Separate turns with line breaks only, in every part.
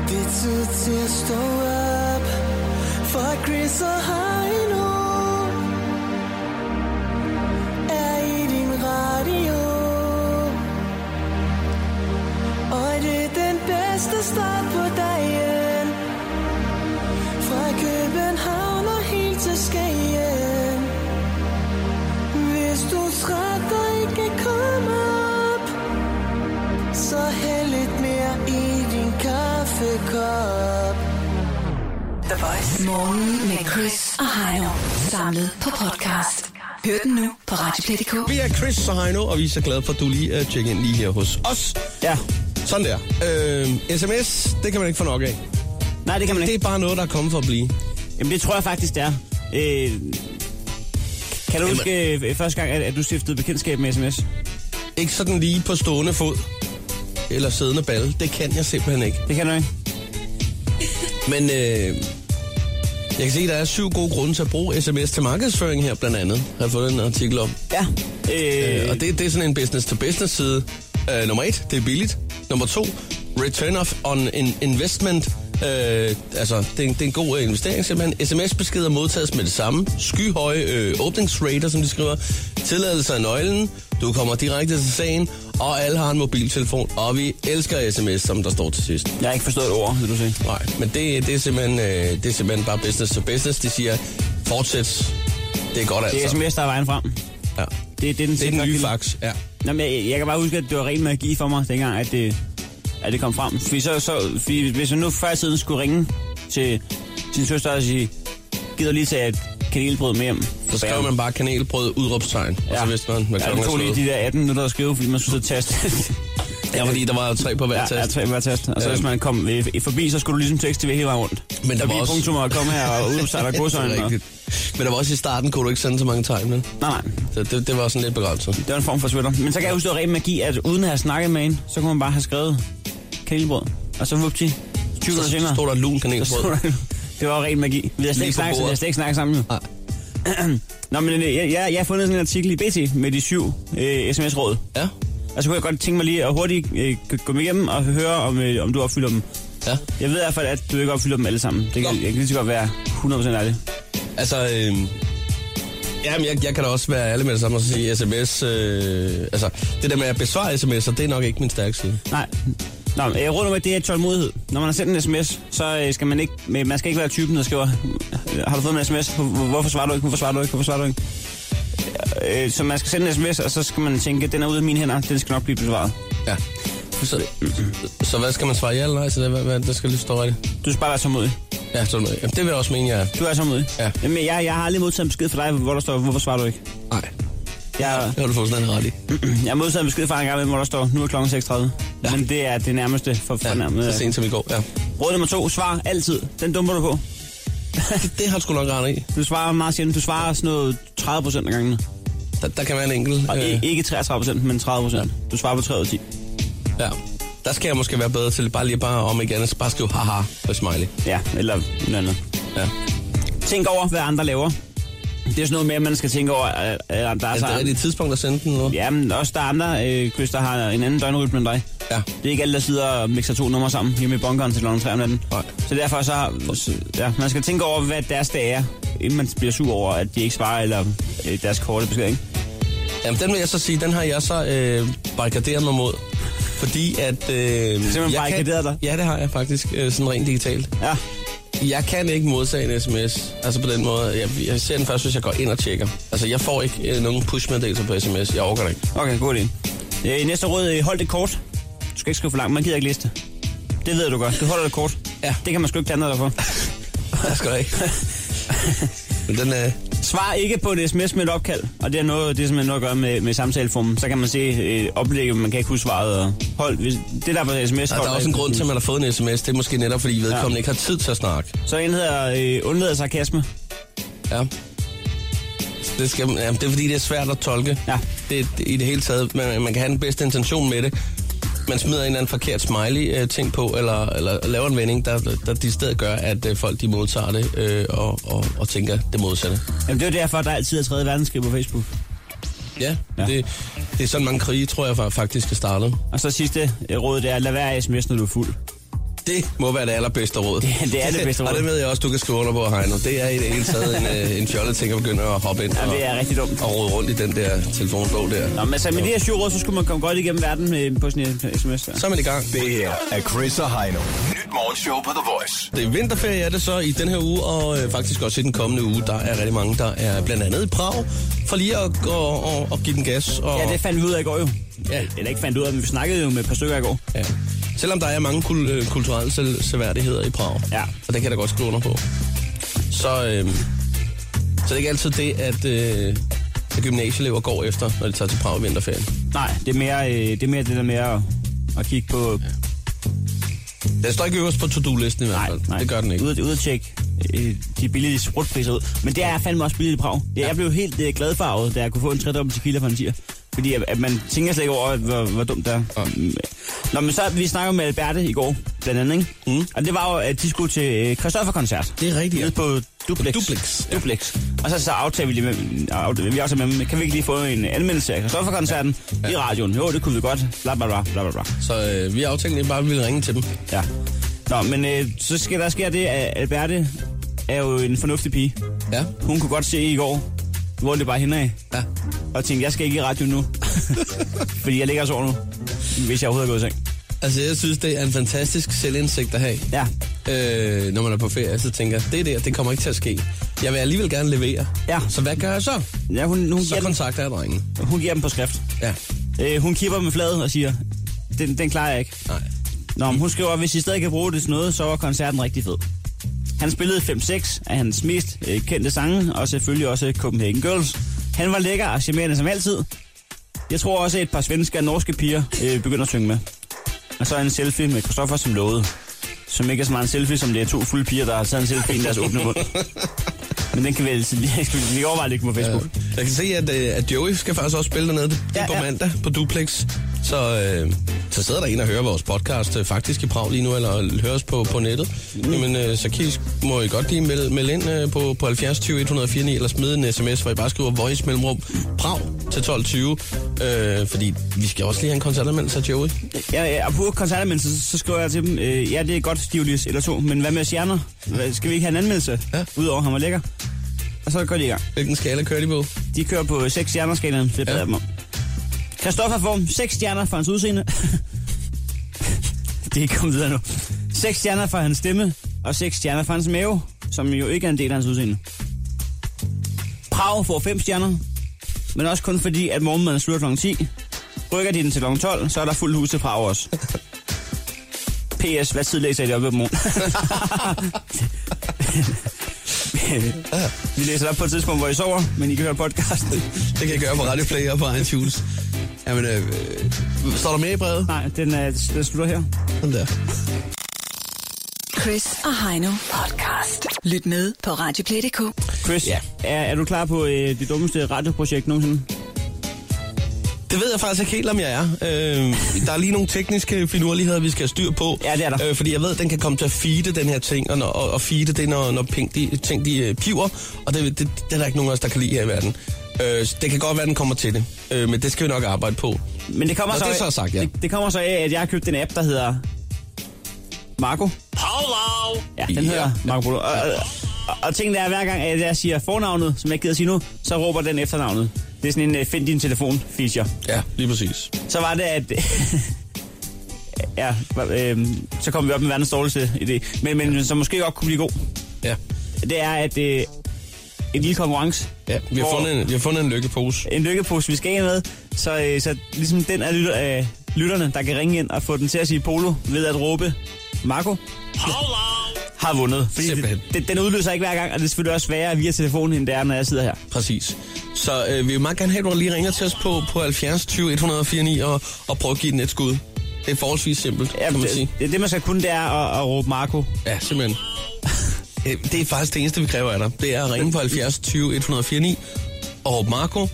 det til at stå op For Chris og Heino Er i din radio Og det er den bedste start på dagen Fra København og helt til Skagen Hvis du trætter ikke komme op Så hæld lidt mere i din kaffekop
The Voice.
Morgen med Chris og Heino. Samlet på podcast. Hør den nu på Radioplay.dk.
Vi er Chris og Heino, og vi er så glade for, at du lige er tjekket ind lige her hos os.
Ja.
Sådan der. Øh, sms, det kan man ikke få nok af.
Nej, det kan man
Det
ikke.
er bare noget, der er kommet for at blive.
Jamen, det tror jeg faktisk, det er. Øh, kan du huske øh, første gang, at, at du stiftede bekendtskab med sms?
Ikke sådan lige på stående fod eller siddende balle. Det kan jeg simpelthen ikke.
Det kan du ikke.
Men øh, jeg kan se, at der er syv gode grunde til at bruge sms til markedsføring her, blandt andet. Har jeg fået en artikel om.
Ja.
Øh,
Øh,
og det, det er sådan en business-to-business side. Øh, nummer et, det er billigt. Nummer to, return of on in investment. Øh, altså, det er, en, det er en god øh, investering simpelthen. SMS-beskeder modtages med det samme. Skyhøje øh, åbningsrater, som de skriver. Tilladelse af nøglen. Du kommer direkte til sagen. Og alle har en mobiltelefon. Og vi elsker sms, som der står til sidst.
jeg har ikke forstået et ord, vil du sige.
Nej, men det, det, er simpelthen, øh, det er simpelthen bare business to business. De siger, fortsæt. Det er godt altså.
Det er sms, der er vejen frem.
Ja.
Det, er- det er den,
Det er den
sikre
nye
kilde.
fax, ja.
Nå, men jeg, jeg kan bare huske, at det var ren magi for mig, dengang, at det, at det kom frem. Fordi så, så, fordi hvis jeg nu før i tiden skulle ringe til sin søster og sige, gider lige tage et kanelbrød med hjem.
Så skrev man bare kanelbrød, udråbstegn, ja. og så vidste man, hvad
ja,
klokken
det tog
ja,
lige de der 18 minutter at skrive, fordi man skulle sidde og taste.
ja, fordi der var jo tre på hver
Ja, ja,
tast.
tre hver tast. Og så
Ja.
hvis man kom øh, f- forbi, så skulle du ligesom tekste ved hele vejen rundt.
Øhm. Men der
Så
var
vi
også-
punktum og kom her og ud og
Det
godsøjne.
er
Og...
rigtigt. Men der var også i starten, kunne du ikke sende så mange tegn, men
Nej, nej.
så det, det var sådan lidt begrænset.
Det var en form for Twitter. Men så kan jeg huske, det var ren magi, at uden at have snakket med en, så kunne man bare have skrevet kanelbrød. Og så vupti, 20
Så,
minutter
så
senere.
stod der lun
Så stod
kanelbrød.
der- Det var jo ren magi. Vi har slet
Lige
ikke
på
snakket, vi
bordet.
har slet ikke snakket sammen.
Nej.
jo. Nå, men øh, jeg, jeg, jeg har fundet sådan en artikel i BT med de syv øh, sms-råd.
Ja,
Og så kunne jeg godt tænke mig lige at hurtigt øh, gå med igennem og høre, om, øh, om du opfylder dem.
ja.
Jeg ved i hvert fald, at du ikke opfylder dem alle sammen. Det kan,
Nå.
jeg kan lige så godt være 100% ærlig.
Altså, øh, jamen, jeg, jeg kan da også være ærlig med det samme og så sige sms. Øh, altså, det der med at besvare sms'er, det er nok ikke min stærke side.
Nej. Nå, øh, råd nummer et, det er tålmodighed. Når man har sendt en sms, så øh, skal man ikke, øh, man skal ikke være typen, der skriver, øh, har du fået en sms? Hvor- Hvorfor svarer du ikke? Hvorfor svarer du ikke? Hvorfor svarer du ikke? Øh, så man skal sende en sms, og så skal man tænke, den er ude af mine hænder, den skal nok blive besvaret.
Ja. Så, så hvad skal man svare ja eller nej? Så det, hvad, hvad, det skal lige stå rigtigt.
Du skal bare være tålmodig.
Ja, sådan noget. Jamen, det vil jeg også mene, jeg er.
Du er tålmodig.
Ja.
Jamen, jeg, jeg har aldrig modtaget en besked fra dig, hvor der står, hvorfor svarer du ikke?
Nej,
Jeg,
det har du fuldstændig ret i.
jeg har modtaget en besked fra dig en gang, hvor der står, nu er klokken 6.30.
Ja.
Ja. Men det er det nærmeste for fornærmet. øh,
Ja, så sent som i går, ja.
Råd nummer to, svar altid. Den dumper du på.
Det, det har du sgu nok ret i.
Du svarer meget sjældent. Du svarer sådan noget 30 procent af gangene.
Der, der kan være en enkelt.
Og øh.
Øh,
ikke 33 procent, men 30 procent. Du svarer på 3 ud af 10.
ja. Der skal jeg måske være bedre til bare lige bare om ikke andet. Bare skrive haha og smiley.
Ja, eller noget andet.
Ja. Altså,
Tænk over, hvad andre laver. Det er sådan noget med, at man skal tænke over, at, at
Altså,
der er,
er det
så...
rigtigt tidspunkt at sende den nu?
Ja, men også der er andre, øh, Chris, der har en anden døgnrytme end dig.
Ja.
Det er ikke alle, der sidder og mixer to numre sammen hjemme i bunkeren til klokken 3 om natten.
Nej.
Så derfor så, ja, man skal tænke over, hvad deres dag er, inden man bliver sur over, at de ikke svarer, eller øh, deres korte besked, ikke?
Jamen, den vil jeg så sige, den har jeg så øh, barrikaderet mig mod. Fordi at... Øh, Simpelthen
barrikaderet dig?
Ja, det har jeg faktisk, øh, sådan rent digitalt.
Ja,
Jeg kan ikke modtage en sms, altså på den måde. Jeg, jeg ser den først, hvis jeg går ind og tjekker. Altså, jeg får ikke øh, nogen push-meddelelser på sms. Jeg overgår det ikke.
okay, god idé. Øh, næste råd, øh, hold det kort. Du skal ikke skrive for langt, man gider ikke læse det. Det ved du godt, du holder det kort.
Ja.
Det kan man sgu ikke klandre dig for.
Jeg skal da ikke. Men den er... Øh,
Svar ikke på et sms med et opkald, og det er noget, det er simpelthen noget at gøre med, med samtaleformen. Så kan man se øh, oplægget, man kan ikke huske svaret. Og hold, hvis, det der er på sms,
Og der er også en grund til, at man har fået en sms. Det er måske netop, fordi vedkommende ja.
Ja.
ikke har tid til at snakke.
Så en hedder øh, undlader sarkasme.
Ja. Det, skal, ja, det er fordi, det er svært at tolke.
Ja.
Det, det, I det hele taget, man, man kan have den bedste intention med det. Man smider en eller anden forkert smiley-ting på, eller, eller laver en vending, der, der de stedet gør, at øh, folk de modtager det øh, og, og, og tænker det modsatte.
Jamen, det er jo derfor, der altid er 3. verdenskrig på Facebook.
Ja, ja.
Ja.
Det, det er sådan mange krige, tror jeg fa- faktisk, er startet.
Og så sidste øh, råd, det er, lad være af sms, når du er fuld.
Det må være det allerbedste råd.
Det- det er det bedste
og
råd.
det ved jeg også, du kan skrive under på, Heino. Det er i det hele taget en, øh, en fjollet ting at begynde at hoppe ind
Ja,
og,
det er rigtig dumt.
og rode rundt i den der telefonbog der.
Nå, men altså, med de her syv råd, så skulle man komme godt igennem verden med, på sådan en sms. Der.
Så er man i gang.
Det her er Chris og Heino. Nyt morgenshow på The Voice.
Det er vinterferie, er det så i den her uge, og øh, faktisk også i den kommende uge. Der er rigtig mange, der er blandt andet i Prag, for lige at og, og, og give den gas. Og,
Ja, det fandt vi ud af i går jo.
Ja.
Eller ikke fandt ud af, men vi snakkede jo med et par stykker i går.
ja. Selvom der er mange kul, øh, kulturelle se- seværdigheder i Prag,
Ja.
og det kan der godt skrive under på. Så, øh, så det er ikke altid det, at, øh, at gymnasieelever går efter, når de tager til Prag i vinterferien.
Nej, det er mere, øh, det, er mere det der med at, at kigge på...
Den står ikke øverst på to-do-listen i hvert
Nej,
fald.
nej.
Det gør den ikke.
Ud, ud at tjekke øh, de billige sprutpriser ud. Men det er fandme også billigt i Prag. Ja, jeg blev helt øh, gladfarvet, da jeg kunne få en tredobbelt tequila for en tier. Fordi at, at man tænker slet ikke over, at, hvor, hvor dumt det er. Mm,
Ja.
Nå, men så vi snakkede med Alberte i går, blandt andet, ikke?
Mm.
Og det var jo, at de skulle til øh, Christoffer-koncert.
Det er rigtigt, ja.
Nede på Duplex.
Duplex, ja.
Duplex. Og så, så aftalte vi lige med, aftalte, vi aftalte med, dem, kan vi ikke lige få en anmeldelse af Christoffer-koncerten ja. i radioen? Jo, det kunne vi godt. Bla, bla, bla, bla, bla, bla.
Så øh, vi aftalte egentlig bare, at vi ville ringe til dem.
Ja. Nå, men øh, så skal der sker det, at Alberte er jo en fornuftig pige.
Ja.
Hun kunne godt se i går, hvor det bare hende af.
Ja.
Og tænkte, jeg skal ikke i radio nu. Fordi jeg ligger og sover nu. Hvis jeg overhovedet er gået i seng.
Altså, jeg synes, det er en fantastisk selvindsigt at have.
Ja.
øh, når man er på ferie, så tænker jeg, det der, det kommer ikke til at ske. Jeg vil alligevel gerne levere.
Ja.
Så hvad gør jeg så?
ja hun, hun,
Så
giver dem,
kontakter jeg drengen.
hun giver dem på skrift.
Ja.
Øh, hun kipper med fladet og siger, den, den klarer jeg ikke.
Nej.
Nå, men hun skriver, hvis I stadig kan bruge det til noget, så var koncerten rigtig fed. Han spillede 5-6 af hans mest øh, kendte sange, og selvfølgelig også Copenhagen Girls. Han var lækker og charmerende som altid. Jeg tror også, at et par svenske og norske piger øh, begynder at synge med. Og så en selfie med Christoffer som lovede. Som ikke er så meget en selfie, som det er to fulde piger, der har taget en selfie i deres åbne mund. Men den kan vi altså lige, skal vi lige overveje at lægge på Facebook. Ja.
Jeg kan se, at, øh, at Joey skal faktisk også spille dernede. Det er
Ja,
ja, på
ja.
mandag på Duplex. Så, øh, så sidder der en og hører vores podcast øh, faktisk i Prag lige nu, eller hører os på, på nettet. Mm. Jamen, øh, så kan I, må I godt lige melde, melde ind øh, på, på 70 20 149, eller smide en sms, hvor I bare skriver voice mellemrum Prag til 12.20. Øh, fordi vi skal også lige have en koncertanmeldelse af Joey.
Ja, ja, og på koncertanmeldelsen, så, så skriver jeg til dem, øh, ja, det er godt stivlis eller to, men hvad med stjerner? Hvad, skal vi ikke have en anmeldelse?
Ja.
Udover, han var lækker. Og så går de i gang.
Hvilken skala kører de på?
De kører på 6 stjerner skalaen, det beder
Ja.
ja. dem om. Christoffer Form, 6 stjerner for hans udseende. det er ikke kommet videre nu. 6 stjerner for hans stemme, og 6 stjerner for hans mave, som jo ikke er en del af hans udseende. Prag får 5 stjerner, men også kun fordi, at morgenmaden slutter kl. 10. Rykker de den til kl. 12, så er der fuldt hus til Prag også. P.S. Hvad tid læser I det op i morgen? Vi læser det op på et tidspunkt, hvor I sover, men I kan høre podcasten.
Det kan jeg gøre på Radio Play og på iTunes. Jamen, øh, øh, står der med i brevet?
Nej, den, er, den slutter her.
Sådan der.
Chris og Heino podcast. Lyt med på Radioplay.dk.
Chris,
Ja.
ja. er, er du klar på øh, det dummeste radioprojekt nogensinde?
Det ved jeg faktisk ikke helt, om jeg er. Øh, der er lige nogle tekniske finurligheder, vi skal have styr på.
Ja, det er der.
Øh, fordi jeg ved, at den kan komme til at feede den her ting, og, når, og, og feede det, når, når pink, de, ting de øh, piver. Og det, det, det er der ikke nogen af os, der kan lide her i verden. Øh, så det kan godt være, at den kommer til det. Øh, men det skal vi nok arbejde på.
Men det kommer
Nå,
så,
det er
af-
så sagt, ja.
det, det kommer så af, at jeg har købt en app, der hedder Marco.
Hello!
Ja, den
Ja.
hedder Marco Polo. Og, og, og, og tingene er, hver gang at jeg siger fornavnet, som jeg ikke gider sige nu, så råber den efternavnet. Det er sådan en øh, find din telefon-feature.
Ja, lige præcis.
Så var det, at... ja, øh, så kom vi op med verdens dårligste idé. Men, men som måske godt kunne blive god.
Ja.
Det er, at øh, en lille konkurrence.
ja vi, har
hvor-
fundet en, vi har fundet en lykkepose.
en lykkepose, vi skal af med. Så, øh, så ligesom den af lytter, øh, lytterne, der kan ringe ind og få den til at sige polo ved at råbe Marco, har vundet. Fordi
Simpelthen.
det, det, den udløser ikke hver gang, og det er selvfølgelig også sværere via telefonen, end det er, når jeg sidder her.
Præcis. Så øh, vi vil meget gerne have, at du lige ringer til os på, på 70 20 149 og, og prøve at give den et skud. Det er forholdsvis simpelt, ja, kan man
det,
sige.
det, det, man skal kunne, det er at, at råbe Marco.
Ja, simpelthen. Øh, det er faktisk det eneste, vi kræver af dig. Det er at ringe på 70 20 149 og råbe Marco.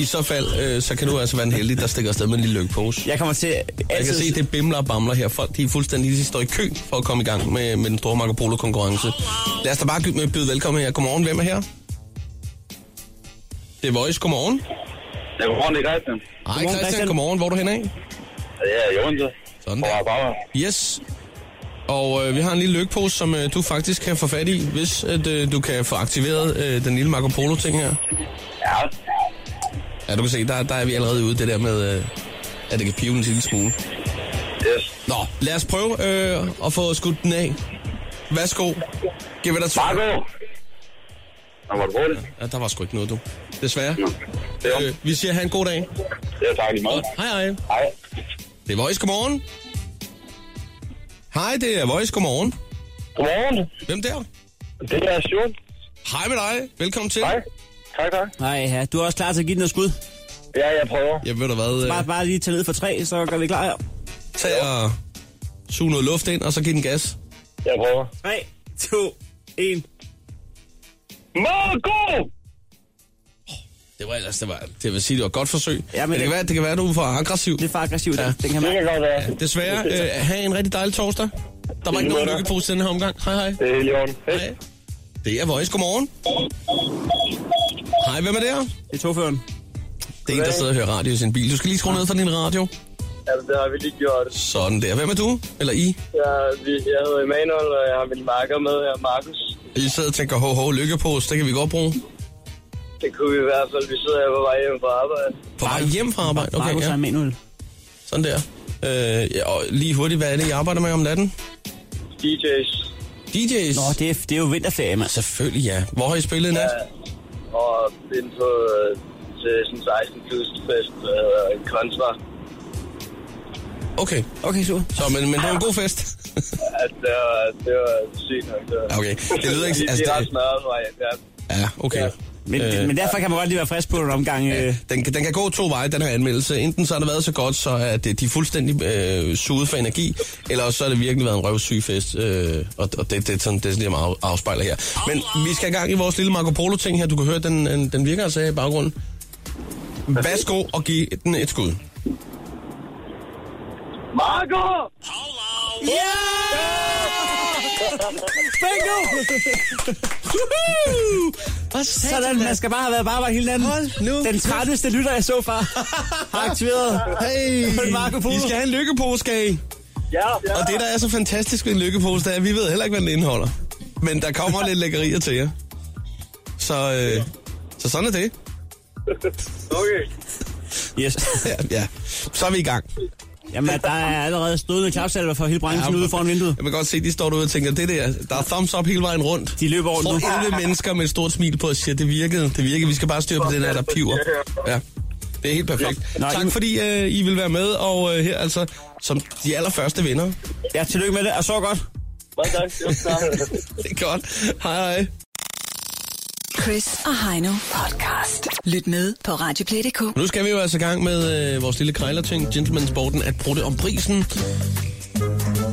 I så fald, øh, så kan du altså være den heldige, der stikker afsted med en lille lykkepose.
Jeg kommer til
Jeg kan
altid...
se, det bimler og bamler her. Folk de er fuldstændig de står i kø for at komme i gang med, med den store Marco Polo-konkurrence. Lad os da bare gy- byde velkommen her. Godmorgen, hvem er her? Det er Voice, godmorgen.
Ja, godmorgen, det er Christian.
Hej
Christian.
Christian, godmorgen. Hvor er du henad?
Ja, jeg er Jonsen.
Sådan
Og
der.
bare
Yes. Og øh, vi har en lille lykkepose, som øh, du faktisk kan få fat i, hvis at, øh, du kan få aktiveret øh, den lille Marco Polo-ting her.
Ja.
Ja, du kan se, der, der er vi allerede ude det der med, øh, at det kan pive en lille smule.
Yes.
Nå, lad os prøve øh, at få skudt den af. Værsgo. Giv mig dig to.
Marco! Nå, var du hurtig?
Ja, der var sgu ikke noget, du. Desværre.
Nå. Det er,
Øh, vi siger, have en god dag.
det er tak i
Og,
morgen.
hej, hej.
Hej.
Det er Voice, godmorgen. Hej, det er Voice, godmorgen.
Godmorgen.
Hvem der?
Det er Sjort.
Hej med dig. Velkommen til.
Hej. Tak, tak.
Nej, ja. Du er også klar til at give den noget skud.
Ja, jeg prøver.
Jeg ved da hvad. Øh,
Bare, bare lige tage ned for tre, så gør vi klar her.
tag og suge noget luft ind, og så giv den gas.
Jeg prøver.
3, 2, 1.
Marco!
Det var ellers, det var, det vil sige, det var et godt forsøg.
Ja,
Ja,
men
men det, kan
det-
være, det kan være, du er for aggressiv.
Det er for aggressivt,
Ja.
ja. den kan
Det
man.
kan godt være.
Desværre, øh, have en rigtig dejlig torsdag. Der var ikke nogen lykkepose den her omgang. Hej, hej.
Det er helt i orden. Hej.
Hej. Det er Voice, godmorgen. Hej, hvem er det her?
Det er togføreren.
Det er en, der sidder og hører radio i sin bil. Du skal lige skrue ned for din radio.
Ja, det har vi lige gjort.
Sådan der. Hvem er du? Eller I?
Jeg, vi, jeg hedder Emanuel, og jeg har min marker med her, Markus.
I sidder og tænker, hov, hov, lykkepose, det kan vi godt bruge.
Det kunne vi i hvert fald. Vi sidder her på vej hjem fra arbejde.
På vej hjem fra arbejde.
Okay,
Okay,
Markus ja. og
ja.
Emanuel.
Sådan der. Øh, ja, og lige hurtigt, hvad er det, I arbejder med om natten?
DJ's
DJ's?
Nå, det er, det er jo vinterferie, mand.
Selvfølgelig, ja. Hvor har I spillet i nat?
og ind på øh, til sådan en 16 plus fest, der hedder Kontra.
Okay,
Okay, super.
så, men, men det var en god fest.
At det var, det var sygt nok. Det var.
Okay, det lyder ikke-
De,
altså,
de er
det-
ret smadret på vej hjem. Ja.
ja, okay.
Men, øh, men derfor kan man godt lige være frisk på en omgang. Øh,
Den, den kan gå to veje, den her anmeldelse. Enten så har det været så godt, så at øh, de er fuldstændig øh, suget for energi, eller også så har det virkelig været en røvsyg fest, øh, og, og det, det, er sådan, det er sådan, jeg meget af- afspejler her. Men vi skal i gang i vores lille Marco Polo-ting her. Du kan høre, den, den, den virker altså her i baggrunden. Værsgo og giv den et skud.
Marco!
Bingo! Woohoo! Sådan, man skal bare have været på arbejde hele natten.
nu
Den trætteste lytter, jeg så far, har aktiveret.
Hey,
Marco Polo.
I skal have en lykkepose, skal I?
Ja, ja.
Og det, der er så fantastisk ved en lykkepose, det er, at vi ved heller ikke, hvad den indeholder. Men der kommer lidt lækkerier til jer. Så, øh, så sådan er det.
Okay.
Yes.
Ja, ja, så er vi i gang.
Jamen, der er allerede stående klapsalver for hele branchen
Ja,
ude foran vinduet.
Jeg kan godt se, de står derude og tænker, det der, der er thumbs up hele vejen rundt.
De løber over
Jeg
nu.
tror 11 mennesker med et stort smil på og siger, det virkede, det virkede, vi skal bare styre på det der, der piver. Ja, det er helt perfekt.
Nå,
Tak
I-
fordi øh, I vil være med, og øh, her altså, som de allerførste vinder.
Ja, tillykke med det, og så godt.
Mange tak. Jo, tak.
Det er godt. Hej hej.
Chris og Heino podcast. Lyt med på Radioplay.dk.
Nu skal vi jo altså i gang med øh, vores lille krejlerting, Gentleman Sporten, at bruge det om prisen.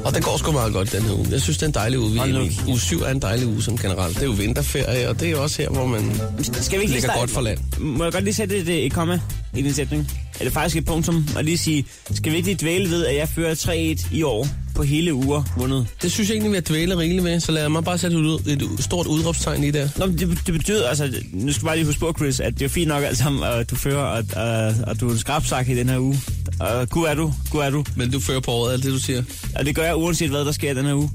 Og det går sgu meget godt den her uge. Jeg synes, det er en dejlig uge. Vi er
Hold nu.
inde i. uge 7 er en dejlig uge som generelt. Det er jo vinterferie, og det er jo også her, hvor man
Skal vi ikke lige
ligger
starte?
godt for land.
Må jeg godt lige sætte et, øh, et komma i den sætning? Er det faktisk et punktum? Og lige sige, skal vi ikke lige dvæle ved, at jeg fører 3-1 i år på hele uger vundet?
Det synes jeg egentlig, vi har dvælet rigeligt med, så lad mig bare sætte et, ud- et stort udråbstegn i der.
Nå, men det, det betyder altså, nu skal du bare lige huske på, Chris, at det er fint nok alt sammen, at du fører, og, og, og du er en skrabsak i den her uge. Og gud er du, gud er du.
Men du fører på året, alt det du siger.
Og det gør jeg uanset hvad der sker i den her uge.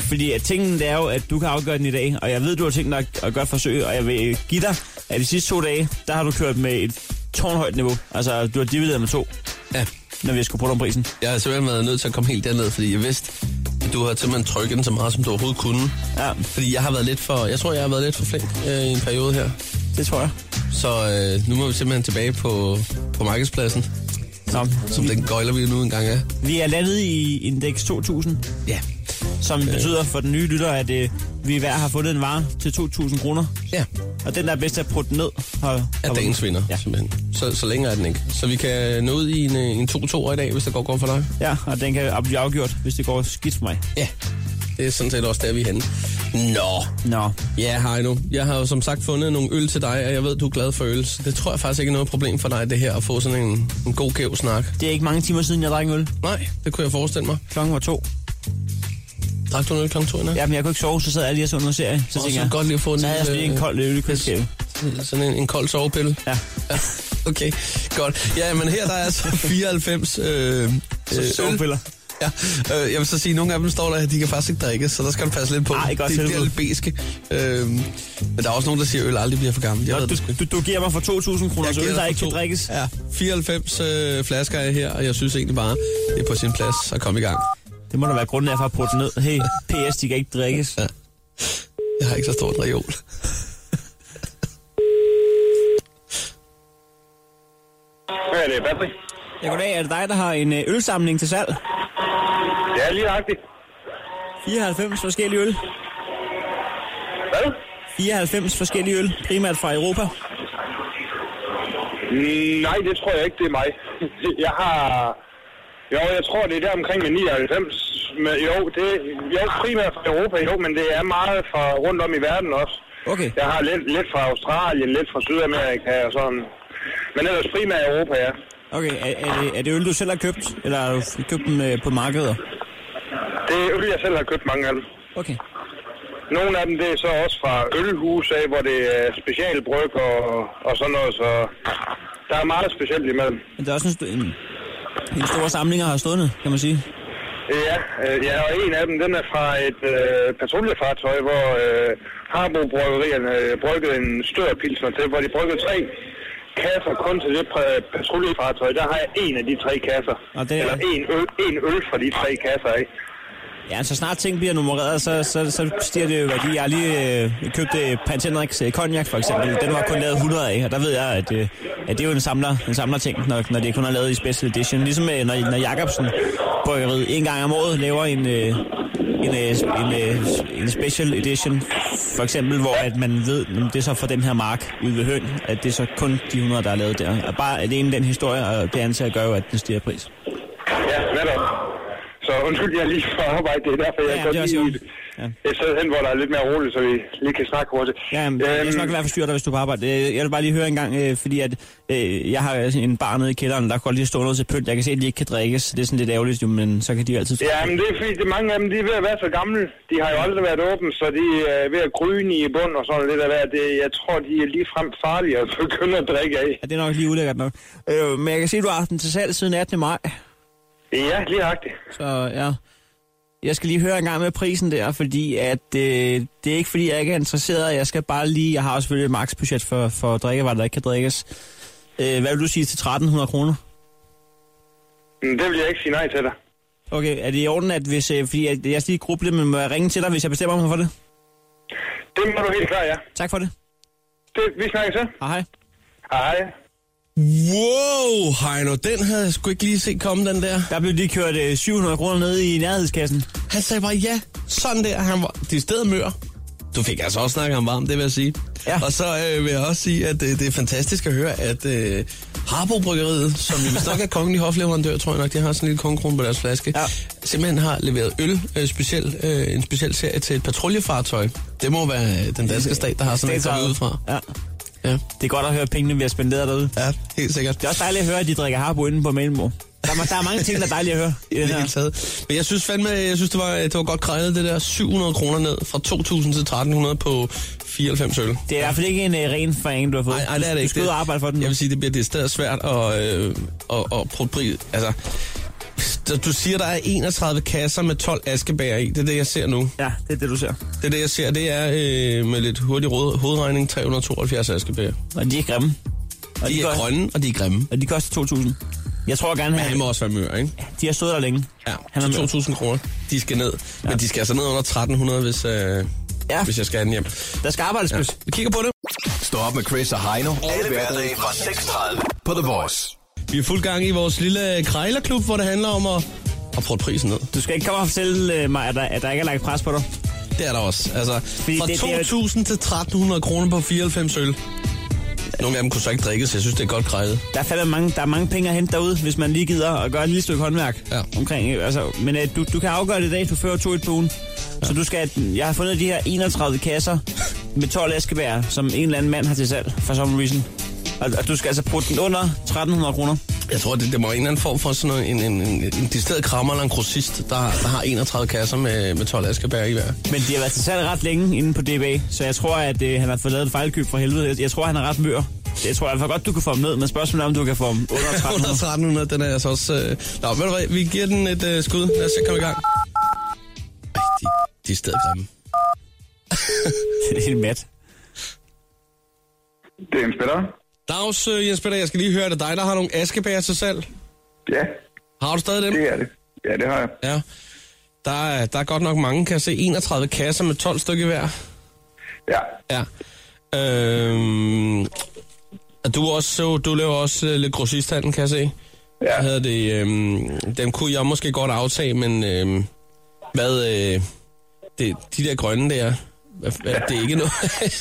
Fordi at tingen det er jo, at du kan afgøre den i dag, og jeg ved, du har tænkt dig at- at gøre et forsøg, og jeg vil give dig, at de sidste to dage, der har du kørt med et tårnhøjt niveau. Altså, du har divideret med to,
Ja,
når vi skulle bruge om prisen.
jeg har simpelthen været nødt til at komme helt derned, fordi jeg vidste, at du havde simpelthen trykket den så meget, som du overhovedet kunne.
Ja,
Fordi jeg har været lidt for, jeg tror, jeg har været lidt for flink øh, i en periode her.
det tror jeg.
Så øh, nu må vi simpelthen tilbage på, på markedspladsen,
Nå,
som den gøjler vi nu engang er.
vi er landet i indeks 2000,
Ja.
som betyder for den nye lytter, at øh, vi hver har fundet en vare til 2000 kroner.
Ja,
Og den, der er bedst til at putte den ned, har...
er
har
dagens vinder, ja.
Ja.
simpelthen. Så, så længe er den ikke. Så vi kan nå ud i en, øh, en 2-2 i dag, hvis det går godt for dig.
Ja, og den kan blive afgjort, hvis det går skidt for mig.
Ja, det er sådan set også der, vi er henne. Nå,
Nå,
ja, hej nu. Jeg har jo som sagt fundet nogle øl til dig, og jeg ved, du er glad for øl. Så det tror jeg faktisk ikke er noget problem for dig, det her, at få sådan en, en god gæv snak.
det er ikke mange timer siden, jeg drak en øl.
Nej, det kunne jeg forestille mig.
Klokken var to.
Drak du en øl kl. 2 i nat?
Jamen, jeg kunne ikke sove, så sad jeg lige og så noget serie. Så
Åh,
tænkte
så
jeg,
godt lige at få en
så havde jeg sådan
lille- øh,
lige en kold øl i køleskabet.
Sådan en, en kold sovepille?
Ja.
Ja, Okay, godt. Ja, men her der er altså 94 øh, øh, øl.
sovepiller.
Ja, øh, jeg vil så sige, at nogle af dem står der, at de kan faktisk ikke drikke, så der skal du passe lidt på.
Ej, godt
de bliver
tilbud.
lidt beske. Øh, men der er også nogen, der siger, at øl aldrig bliver for gammel. Jeg ved
Du,
det sgu ikke.
du, du giver mig for 2.000 kroner, så
giver dig
øl, der
for
ikke kan
to.
drikkes.
Ja, 94 øh, flasker er her, og jeg synes egentlig bare, det er på sin plads at komme i gang.
Det må da være grunden af for at putte ned. Hey, PS, de kan ikke drikkes.
Jeg har ikke så stort reol.
Ja, det er Patrick.
Ja, goddag. Er det dig, der har en øh, ølsamling til salg?
Ja, lige nøjagtigt.
94 forskellige øl.
Hvad?
94 forskellige øl, primært fra Europa.
Mm, nej, det tror jeg ikke, det er mig. Jeg har... Jo, jeg tror, det er der omkring med 99. Men jo, det er primært fra Europa, jo, men det er meget fra rundt om i verden også.
Okay.
Jeg har lidt, lidt fra Australien, lidt fra Sydamerika og sådan. Men ellers primært Europa, ja.
Okay, er, er, det, er det øl, du selv har købt, eller har du f- købt dem øh, på markedet?
Det er øl, jeg selv har købt mange af dem.
Okay.
Nogle af dem, det er så også fra ølhuse af, hvor det er specialbryg og, og sådan noget, så der er meget specielt imellem.
Men der er også en, st- en, en stor samling, jeg har stående, kan man sige.
Ja, øh, ja, og en af dem, den er fra et øh, patruljefartøj, hvor øh, Harbo Bryggerierne øh, bryggede en større pilsner til, hvor de bryggede tre kasser kun til det pa- patruljefartøj. Der har jeg en af de tre kasser.
Og det er-
Eller en øl, en øl fra de tre kasser, ikke?
Ja, så snart ting bliver nummereret, så, så, så stiger det jo værdi. Jeg har lige øh, købt øh, Pantenriks øh, cognac, for eksempel. Den var kun lavet 100 af, og der ved jeg, at, øh, at det er jo en samler, en samler ting, når, når det kun er lavet i special edition. Ligesom øh, når, når Jacobsen Bryggeriet en gang om året laver en, øh, en, øh, en, øh, en special edition, for eksempel, hvor at man ved, at det er så for den her mark ude ved Høn, at det er så kun de 100, der er lavet der. Og bare alene den historie, og det anser gør jo, at den stiger i pris.
Ja, netop. Så undskyld, jeg er lige for arbejde. Det er derfor, jeg
Ja,
ja, går
det er også i
lige
orden.
ud.
Ja.
Jeg sad hen, hvor der er lidt mere roligt, så vi lige kan snakke hurtigt.
Ja, øhm, jeg skal nok lade være forstyrret dig, hvis du er på arbejde. Øh, Jeg vil bare lige høre en gang, øh, fordi at, øh, jeg har altså en bar nede i kælderen, der kan godt lige stå noget til pynt. Jeg kan se, at de ikke kan drikkes. Det er sådan lidt ærgerligt, jo, men så kan de jo altid...
Ja, men det er fordi, de mange af dem, de er ved at være så gamle. De har jo aldrig været åbne, så de øh, er ved at gryne i bund og sådan lidt af hver. Det, jeg tror, de er ligefrem farlige at begynde at drikke af.
Ja, det er nok lige ulækkert nok. Øh, men jeg kan se, at du har haft den til salg siden 18. maj.
Ja, lige agtigt.
Så ja, jeg skal lige høre en gang med prisen der, fordi at, øh, det er ikke fordi, jeg ikke er interesseret. Jeg skal bare lige... Jeg har også selvfølgelig et maksbudget for, for drikkevarer, der ikke kan drikkes. Øh, hvad vil du sige til 1300 kroner?
Men det vil jeg ikke sige nej til dig.
Okay, er det i orden, at hvis... Øh, fordi jeg, jeg skal lige gruble lidt, men må jeg ringe til dig, hvis jeg bestemmer mig for det?
Det må du helt klart, ja.
Tak for det.
Det, vi snakker så.
Hej, hej.
Hej.
Wow, Heino, den havde jeg sgu ikke lige set komme, den der.
Der blev lige kørt øh, 700 kroner ned i nærhedskassen.
Han sagde bare, ja, sådan der. Han var de sted mør. Du fik altså også snakket ham varm, det vil jeg sige.
Ja.
Og så øh, vil jeg også sige, at øh, det er fantastisk at høre, at øh, Harbo Bryggeriet, som jo vist nok er kongelig hofleverandør, tror jeg nok, de har sådan en lille kongekrone på deres flaske,
Ja.
simpelthen har leveret øl, øh, speciel, øh, en speciel serie til et patruljefartøj. Det må være øh, den danske stat, der har sådan en kommet ud fra.
Ja.
Ja.
Det er godt at høre, at pengene bliver spenderet derude.
ja, helt sikkert.
Det er også dejligt at høre, at de drikker harbo inde på Mellembo. Der, er- der er mange ting, der er dejligt at høre. I
i
den
det
her.
hele taget. Men jeg synes fandme, jeg synes, det var, øh, det var godt grejet, det der 700 kroner ned fra 2.000 til 1.300 på 94 øl.
Det er i hvert fald ikke en øh, ren forening, du har fået.
Nej, nej, det er det
Du
ikke.
skal ud og arbejde for den.
Jeg vil sige, det bliver det stadig svært at, øh, at, at prøve pris. Altså, så du siger, der er 31 kasser med 12 askebær i. Det er det, jeg ser nu.
Ja, det er det, du ser.
Det er det, jeg ser. Det er øh, med lidt hurtig råd, hovedregning 372 askebær.
Og de er grimme. Og
De er
koster-
grønne, og de er grimme.
Og de koster 2.000. Jeg tror gerne,
Men han må også være mør, ikke?
de har stået der længe.
Ja,
Han er
så
mør.
2.000 kroner. De skal ned. Men de skal altså ned under 1.300, hvis, øh,
Ja.
hvis jeg skal have den hjem.
Der skal arbejdes,
Ja.
ja.
Vi kigger på det.
Stå op med Chris og Heino. Alle hverdage fra 6.30 på The Voice.
Vi er fuld gang i vores lille krejlerklub, hvor det handler om at, at prøve prisen ned.
Du skal ikke komme og fortælle øh, mig, at der, at der ikke er lagt pres på dig.
Det er der også. Altså,
Fordi
fra
det- det er jo-
2.000 til 1.300 kroner på 94 øl. Nogle af dem kunne så ikke drikkes, jeg synes, det er godt grejet.
Der er fandme mange, der er mange penge at hente derude, hvis man lige gider at gøre et lille stykke håndværk
Ja.
omkring. øh, Altså, men øh, du, du kan afgøre det i dag, du fører to et på ugen. Så du skal, jeg har fundet de her 31 kasser med 12 æskebær, som en eller anden mand har til salg, for some reason. Og, og du skal altså putte den under 1300 kroner.
Jeg tror, det, det må være en eller anden form for sådan noget, en, en, en, en distilleret krammer eller en grossist, der, der har 31 kasser med, med 12 askebær i hver.
Men de har været til salg ret længe inde på DBA, så jeg tror, at øh, han har fået lavet et fejlkøb fra helvede. Jeg, jeg tror, han er ret mør. Det tror jeg for godt, du kan få dem ned, men spørgsmålet er, om du kan få dem under 1300.
under 1300, den er altså også... Øh... Nå, ved du hvad, vi giver den et øh, skud. Lad os se, kom i gang. Ej, de, de er stadig grimme.
det er helt mat.
Det er en spiller.
Dags, øh, Jens Peter, jeg skal lige høre, er det dig, der har nogle askebær til salg?
Ja,
Har du stadig dem?
det er det. Ja, det har jeg.
Ja. Der er, der er godt nok mange, kan jeg se. 31 kasser med 12 stykker hver.
Ja.
Ja. Øhm, og du, er også, så- du laver også øh, lidt grossisthandel, kan jeg se.
Ja.
Hvad hedder det, øhm, den kunne jeg måske godt aftage, men øhm, hvad, øh, det, de der grønne der, hvad, hvad, det, er ikke noget,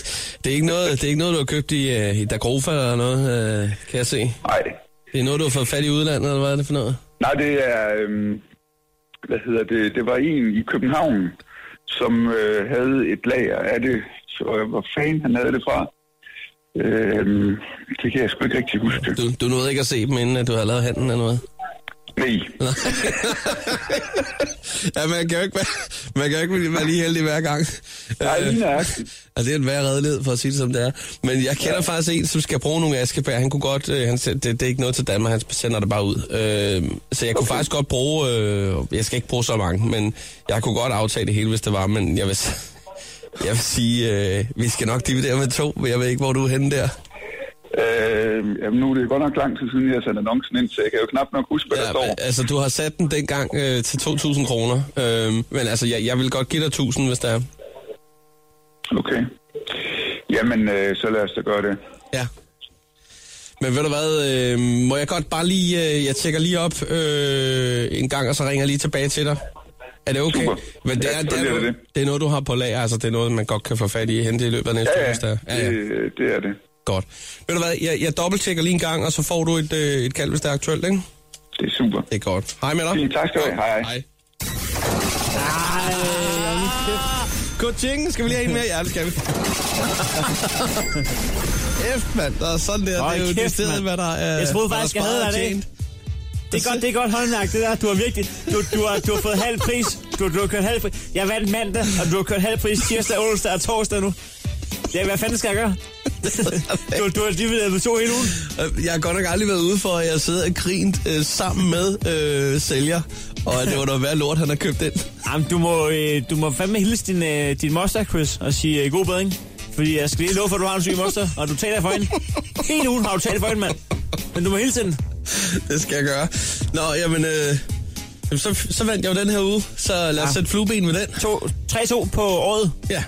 det, er ikke noget, det er ikke noget, du har købt i, øh, i Dagrofa eller noget, øh, kan jeg se.
Nej.
Det er noget, du har fået fat i udlandet, eller hvad er det for noget?
Nej, det er... Øhm, hvad hedder det? Det var en i København, som øh, havde et lager af det. Så øh, hvor fanden han havde det fra? Øhm, det kan jeg sgu ikke rigtig huske.
Du, du nåede ikke at se dem, inden at du havde lavet handlen eller noget?
Nej.
Ja, man kan jo ikke være, man kan jo ikke være lige heldig hver gang.
Nej, lige nøjagtigt.
Altså, det er en værre redelighed, for at sige det som det er. Men jeg kender ja. faktisk en, som skal bruge nogle askebær. Han kunne godt, øh, han, siger, det, det er ikke noget til Danmark, han sender det bare ud. Øh, så jeg kunne faktisk godt bruge, øh, jeg skal ikke bruge så mange, men jeg kunne godt aftage det hele, hvis det var, men jeg vil, s- jeg vil sige, øh, vi skal nok dividere med to, men jeg ved ikke, hvor du er henne der.
Øh, jamen, nu er det godt nok lang tid siden, jeg har sendt annoncen ind, så jeg kan jo knap nok huske, hvad der står.
Ja, altså, du har sat den dengang øh, til 2.000 kroner, øh, men altså, jeg, jeg vil godt give dig 1.000, hvis der er.
Okay. Jamen, øh, så lad os da gøre det.
Ja. Men ved du hvad, øh, må jeg godt bare lige, øh, jeg tjekker lige op øh, en gang, og så ringer jeg lige tilbage til dig. Er det okay?
Super.
Men det,
Ja,
er, det, er
selvfølgelig er det
noget,
det.
det er noget, du har på lager, altså det er noget, man godt kan få fat i og hente i løbet af næste
Ja,
uge,
ja,
hvis der er. Ja, ja.
det, øh, det er det.
Godt. Ved du hvad, jeg, jeg dobbelttjekker lige en gang, og så får du et, øh, et kald, hvis det er aktuelt, ikke?
Det er super.
Det er godt. Hej med dig.
Fint, tak skal du have. Hej.
Hej. Coaching, skal vi lige have en mere? Ja, det skal vi. F, mand, der er sådan der.
Hold
det er jo
kæft,
justeret,
mand.
hvad der er
Jeg troede
hvad der
faktisk,
er
jeg havde
sparet og
dig i dag.
tjent.
Det er godt, det er godt håndværk, det der. Du har virkelig, du, du, har, du har fået halv pris. Du, du har kørt halv pris. Jeg vandt mandag, og du har kørt halv pris tirsdag, onsdag og torsdag nu. Ja, hvad fanden skal jeg gøre? Du, du har alligevel været to hele ugen.
Øh, Jeg har godt nok aldrig været ude for, at jeg sidder og grint øh, sammen med øh, sælger, og at det var da værd lort, han har købt ind.
Jamen, du må, øh, du må fandme hilse din, øh, din moster, Chris, og sige øh, god bedring. Fordi jeg skal lige love for, at du har en syg moster, og du taler for hende. Hele ugen har du talt for hende, mand. Men du må hilse hende.
Det skal jeg gøre. Nå, jamen, øh, jamen, så, så vandt jeg jo den her uge, så lad os ja.
Ja.
sætte flueben ved den.
3-2 på året.
Ja.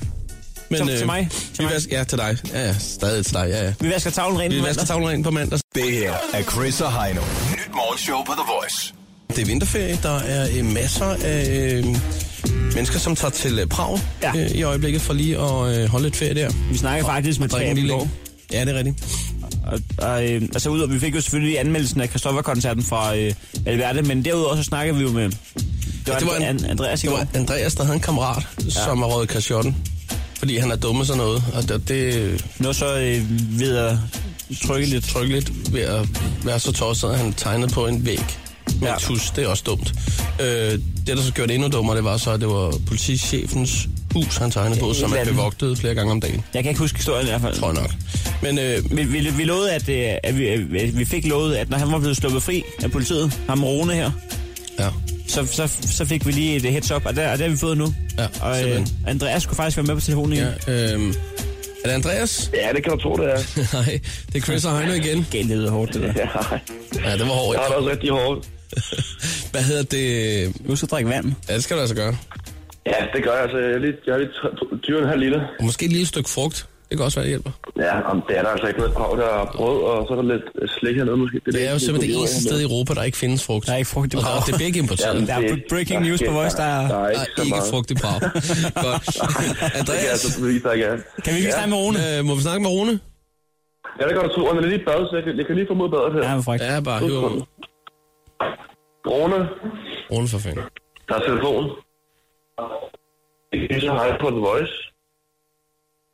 Men, øh,
Til- til mig. Til
vi
mig.
Vasker, ja, til dig. Ja, ja, stadig til dig, ja, ja.
Vi vasker tavlen rent.
Vi
på
vasker
mandag.
tavlen ind på mandag.
Det her er Chris og Heino. Nyt morgenshow på The Voice.
Det er vinterferie, der er øh, masser af øh, mennesker, som tager til øh, Prag ja.
Ja.
øh, i øjeblikket for lige at øh, holde lidt ferie der.
Vi snakkede faktisk med tre
Drikke
af
en
dem i
lille
går.
Ja, det er rigtigt.
Og, og, øh, og så ud, og vi fik jo selvfølgelig anmeldelsen af Christoffer-koncerten fra øh, Alverde, men derudover så snakkede vi jo med... Det var,
det var en-
An- Andreas i
Det
går.
var Andreas, der havde en kammerat, ja. som har røget kashotten, fordi han er dumme sådan noget, og det, det
Nu så øh, ved at trykke lidt.
tryggeligt ved at være så tosset, at han tegnede på en væg med ja.
Ja.
tus. Det er også dumt. Øh, det, der så gjorde det endnu dummere, det var så, at det var politichefens hus, han tegnede på,
et
som
eller
er
andet.
bevogtet flere gange om dagen,
Jeg kan ikke huske historien i hvert fald.
tror jeg nok. Men øh,
Vi, vi, vi lovede, at, øh, at, vi, at vi fik lovet, at når han var blevet sluppet fri af politiet, ham Rune her,
ja,
så, så, så fik vi lige et heads up, og der, og det har vi fået nu.
Ja,
og øh,
simpelthen.
Andreas skulle faktisk være med på telefonen igen.
ja
Ja.
øh, er det Andreas?
Ja, det kan du tro, det er.
Nej, det er Chris og Heino igen.
Galt det hårdt, det der.
Ja,
Ja, det var hårdt.
det også rigtig hårdt.
Hvad hedder det?
Du skal drikke vand.
Ja, det skal du altså gøre.
Ja, det gør jeg. Altså, jeg er lidt, jeg er lidt dyr her lille.
Og måske et lille stykke frugt. Det kan også være, det hjælper.
Ja, om det er der altså ikke noget krav. Der er brød, og så er der lidt slik hernede måske. Det,
Det er jo simpelthen det eneste sted i Europa, der ikke findes frugt.
Der er ikke frugt i
Og der-
Prag.
Det bliver ikke importeret.
Jamen,
Der er
det-
breaking news på Voice, der er-
Der er
Der
ikke, så
er ikke
meget.
frugt i Prag. Godt.
Det kan jeg
Andreas,
altså bevise, der ikke er.
Kan vi lige snakke med Rune?
øh, må vi snakke med Rune?
Ja, det gør du to. Han er lige i bad, så jeg kan, jeg kan lige få mod badet her.
Ja, men frækt.
Ja, bare hiv om.
Rune,
Rune for fanden.
der er telefon. Jeg hilser hej på The Voice.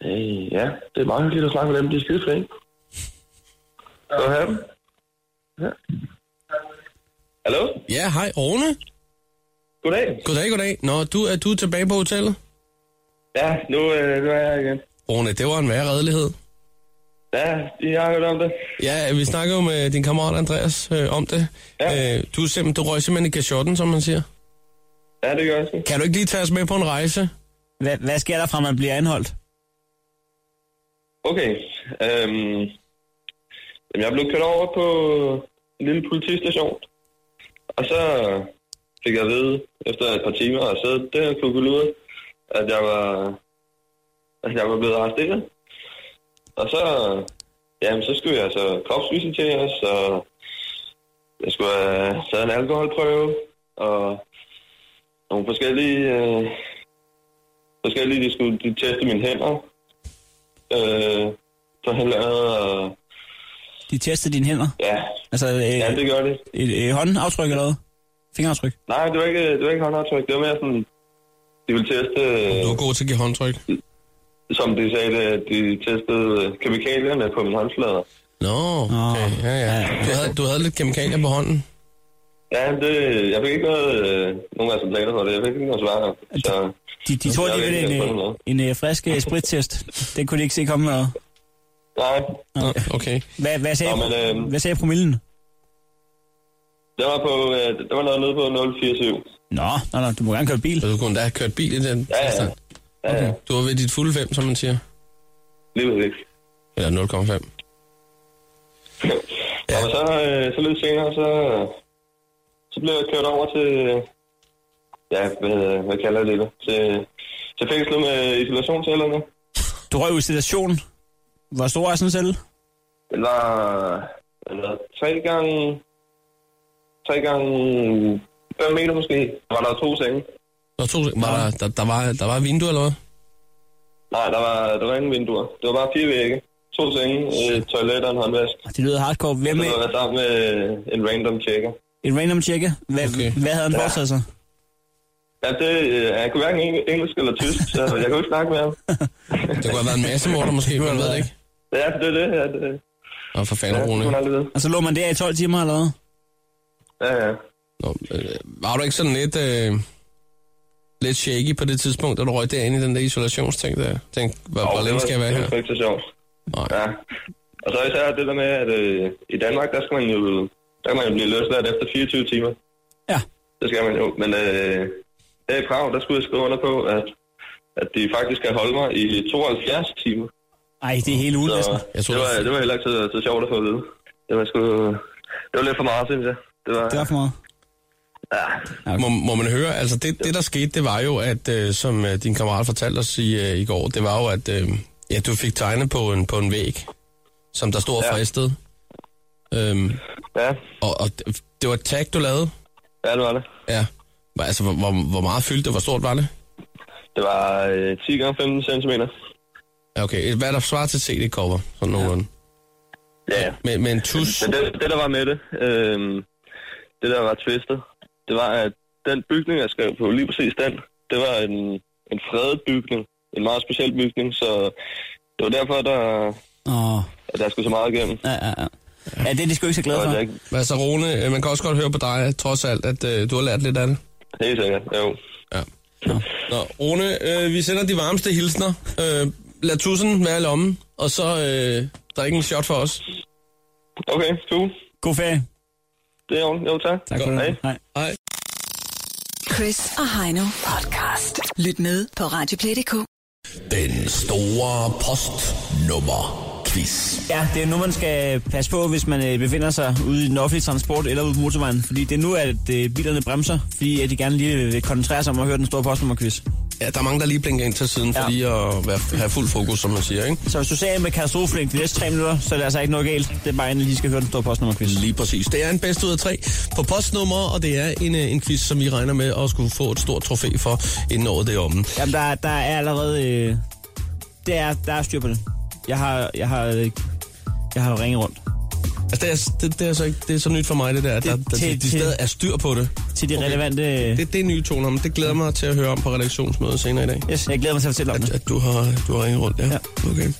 Øh, ja, det er meget hyggeligt at snakke med dem. De er skide flinke. Skal du have dem? Ja. Hallo?
Ja, hej Rune.
Goddag.
Goddag, goddag. Nå, du, er du tilbage på hotellet?
Ja, nu, øh, nu er jeg her igen.
Rune, det var en værre redelighed.
Ja, de har hørt om det.
Ja, vi snakker jo med din kammerat Andreas øh, om det.
Ja.
Øh, du, er simpelthen, du røg simpelthen i kashotten, som man siger.
Ja, det gør jeg sgu.
Kan du ikke lige tage os med på en rejse?
Hvad, hvad sker der fra, man bliver anholdt?
Okay. Øhm, jamen, jeg blev kørt over på en lille politistation. Og så fik jeg at vide efter et par timer, og så det her kunne ud, at jeg var, at jeg var blevet arresteret. Og så, jamen, så skulle jeg så kropsvisiteres, og jeg skulle have taget en alkoholprøve, og nogle forskellige, øh, forskellige, de skulle de teste mine hænder. Øh, så han lavede, og
De testede dine hænder?
ja,
Altså øh,
ja, det gør det.
et, et håndaftryk eller hvad? Fingeraftryk?
Nej, det var ikke, det var ikke håndaftryk, det var mere sådan, de ville teste, øh,
Du er god til at give håndtryk.
som de sagde, det, de testede øh, kemikalierne på mine håndflader.
Nå, okay. ja, ja. Du, havde, du havde lidt kemikalier på hånden.
Ja, det, jeg fik ikke noget, øh, nogen resultater for det. Jeg fik ikke noget svar. Så,
De, de tror
Jeg ved
alligevel
ikke, jeg
en,
har fundet
øh, en, en frisk øh, sprittest. Det kunne de ikke se komme med.
nej,
Nå, okay.
Hvad, hvad, sagde,
Nå, men,
men,
øh,
hvad sagde promillen?
det var, på, øh, det var noget nede på 047.
Nå, nå, nå, du må gerne køre bil.
Så du kunne da have kørt bil i den
Ja, ja.
tilstand.
Ja, ja,
Du var ved dit fulde fem, som man siger.
lige præcis.
Eller 0,5.
ja. Og så, øh, så lidt senere, så, så blev jeg kørt over til, øh, ja, hvad, hvad kalder jeg det der? Til, til fængslet med isolationscellerne.
Du røg ud i situationen. Hvor stor er sådan en celle?
Den var, den var tre gange, tre gange 5 meter måske. Der var der to senge.
Der var, to, var der, der, der, var, der var et vindue, eller hvad?
Nej, der var, der var ingen vinduer. Det var bare fire vægge. To senge, et toilet og en håndvask.
Ah, Det lyder hardcore. Hvem
Så
er
var jeg sammen med øh, en random checker.
en random tjekke? Hvad,
Okay.
hvad havde han foretaget sig? altså?
Ja, det, øh, jeg kunne hverken eng- engelsk eller tysk, så jeg kunne ikke snakke med ham.
Det kunne have været en masse morder måske, man ved det ikke.
Ja, det er det. Ja, det,
Og for fanden,
ja, det
Rune.
kunne han aldrig vide.
Og så lå man der i 12 timer eller hvad?
Ja, ja.
Nå, øh, var du ikke sådan lidt, øh, lidt shaky på det tidspunkt, da du røg derinde i den der isolationsting der? Tænk, hvor, hvor
Og
længe skal jeg være
det
her?
var- Det var ikke så sjovt.
Nej.
Ja. Og så især det der med, at øh, i Danmark, der skal man jo, der kan man jo blive løsladt efter 24 timer.
Ja.
Det skal man jo. Men øh, her i Prag, der skulle jeg skrive under på, at, at de faktisk skal holde mig i 72 timer.
Ej, det er helt ugen næsten.
Så
Jeg tror,
det, var, øh,
det-
det var heller ikke så, så sjovt at få at vide. Det var sgu... Det var lidt for meget, synes jeg. Det var...
Det var for meget.
Ja,
Må, må man høre, altså det, det der skete, det var jo, at øh, som øh, din kammerat fortalte os i, øh, i går, det var jo, at øh, ja, du fik tegnet på en, på en væg, som der stod og
Ja.
fristede. Øhm,
ja,
og, og det- det var et tag, du lavede?
ja det var det.
Ja. Hvor- Altså, hvor, hvor, hvor meget fyldte det? Hvor stort var det?
Det var øh, 10 gange 15 cm.
Ja, okay. Hvad er der svarer til CD-cover? Sådan nogenlunde.
Ja, ja.
Med, med en tus?
Men det, det, der var med det, øh, det der var twistet, det var, at den bygning, jeg skrev på, lige præcis den, det var en, en fredet bygning. En meget speciel bygning, så det var derfor, der,
Åh,
at der skulle så meget igennem.
ja, ja, ja. Ja, det er de sgu ikke så glade
Og
for.
jeg, ikke-
Hvad så, Rone? Øh, Man kan også godt høre på dig, trods alt, at øh, du har lært lidt af det.
helt sikkert, jo.
Ja. Nå, Rune, øh, vi sender de varmeste hilsner. Øh, lad tusen være i lommen, og så øh, drik en shot for os.
Okay, cool.
God ferie.
Det er ordentligt. Jo, tak.
Tak for
Hej.
det. Hej.
Hej.
Chris og Heino podcast. Lyt med på Radioplay.dk.
Den store postnummer quiz.
Ja, det er nu, man skal passe på, hvis man øh, befinder sig ude i den offentlige transport eller ude på motorvejen. Fordi det er nu, at øh, bilerne bremser, fordi at de gerne lige vil koncentrere sig om at høre den store postnummerquiz.
Ja, der er mange, der lige blinker ind til siden,
Ja.
for lige at være, have fuld fokus, som man siger, ikke?
Så hvis du ser en med katastrofelink de næste tre minutter, så er det altså ikke noget galt. Det er bare, inden I lige skal høre den store postnummerquiz.
Lige præcis. Det er en bedst ud af tre på postnummer, og det er en, øh, en quiz, som I regner med at skulle få et stort trofæ for, inden året er omme.
Jamen, der, der er allerede... Øh, det er, der er styr på det. Jeg har, jeg har, øh, jeg har ringet rundt
Altså, det er, det, det, er så ikke, det er så nyt for mig, det der, at der, der,
til-
de, de
til-
stadig er styr på det.
til de okay. relevante... Øh,
Det, det er nye toner, men det glæder mig til at høre om på redaktionsmødet senere i dag.
yes, jeg glæder mig til at fortælle om
At,
det.
at du har, du har ringet rundt, ja. ja. Okay.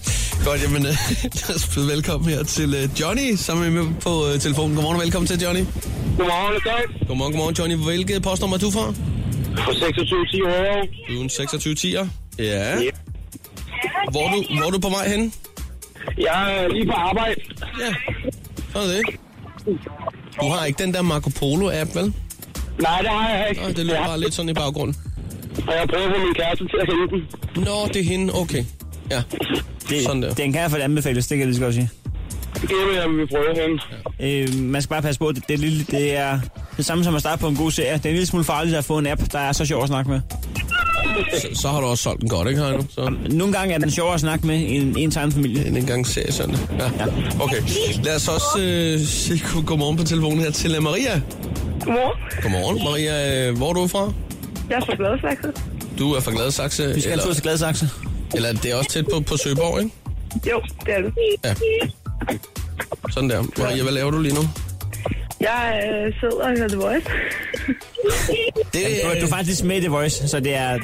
Godt, jamen øh, lad os byde velkommen her til øh, Johnny, som er med på øh, telefonen. Godmorgen og velkommen til, Johnny.
Godmorgen, det er godt.
Godmorgen, godmorgen, Johnny. Hvilket postnummer er du fra?
For 26 10 år.
Du er en 26 10'er. Ja.
Ja.
Hvor er du, hvor er du på vej hen?
Jeg er lige på arbejde.
Ja, sådan er det. Du har ikke den der Marco Polo-app, vel?
Nej, det har jeg ikke.
Nå, det lyder bare lidt sådan i baggrunden.
Og jeg prøver at få min kæreste til at hente den.
Nå, det er hende. Okay. Ja,
Det,
sådan der.
Den kan jeg for anbefales, det kan jeg lige så godt sige.
Det vil jeg vil prøve hende.
Øh, man skal bare passe på, det, det, er lille, det er det samme som at starte på en god serie. Det er en lille smule farligt at få en app, der er så sjov at snakke med.
Så, så har du også solgt den godt, ikke, Heino? Så
Nogle gange er den sjovere at snakke med end en tegnet familie.
en gang serie sådan. Ja. Okay. Lad os også øh, sige go- godmorgen på telefonen her til øh, Maria.
Mor,
Godmorgen, Maria. Øh, hvor er du fra?
jeg er så glad, faktisk.
Du er fra Gladsaxe,
Vi skal have en tur
eller,
til Gladsaxe.
eller det er også tæt på, på Søborg, ikke?
Jo, det er det.
Ja. Sådan der. Maria, hvad laver du lige nu?
Jeg øh, sidder og hører The Voice.
Det,
Du, er- du er faktisk med i The Voice, så det er,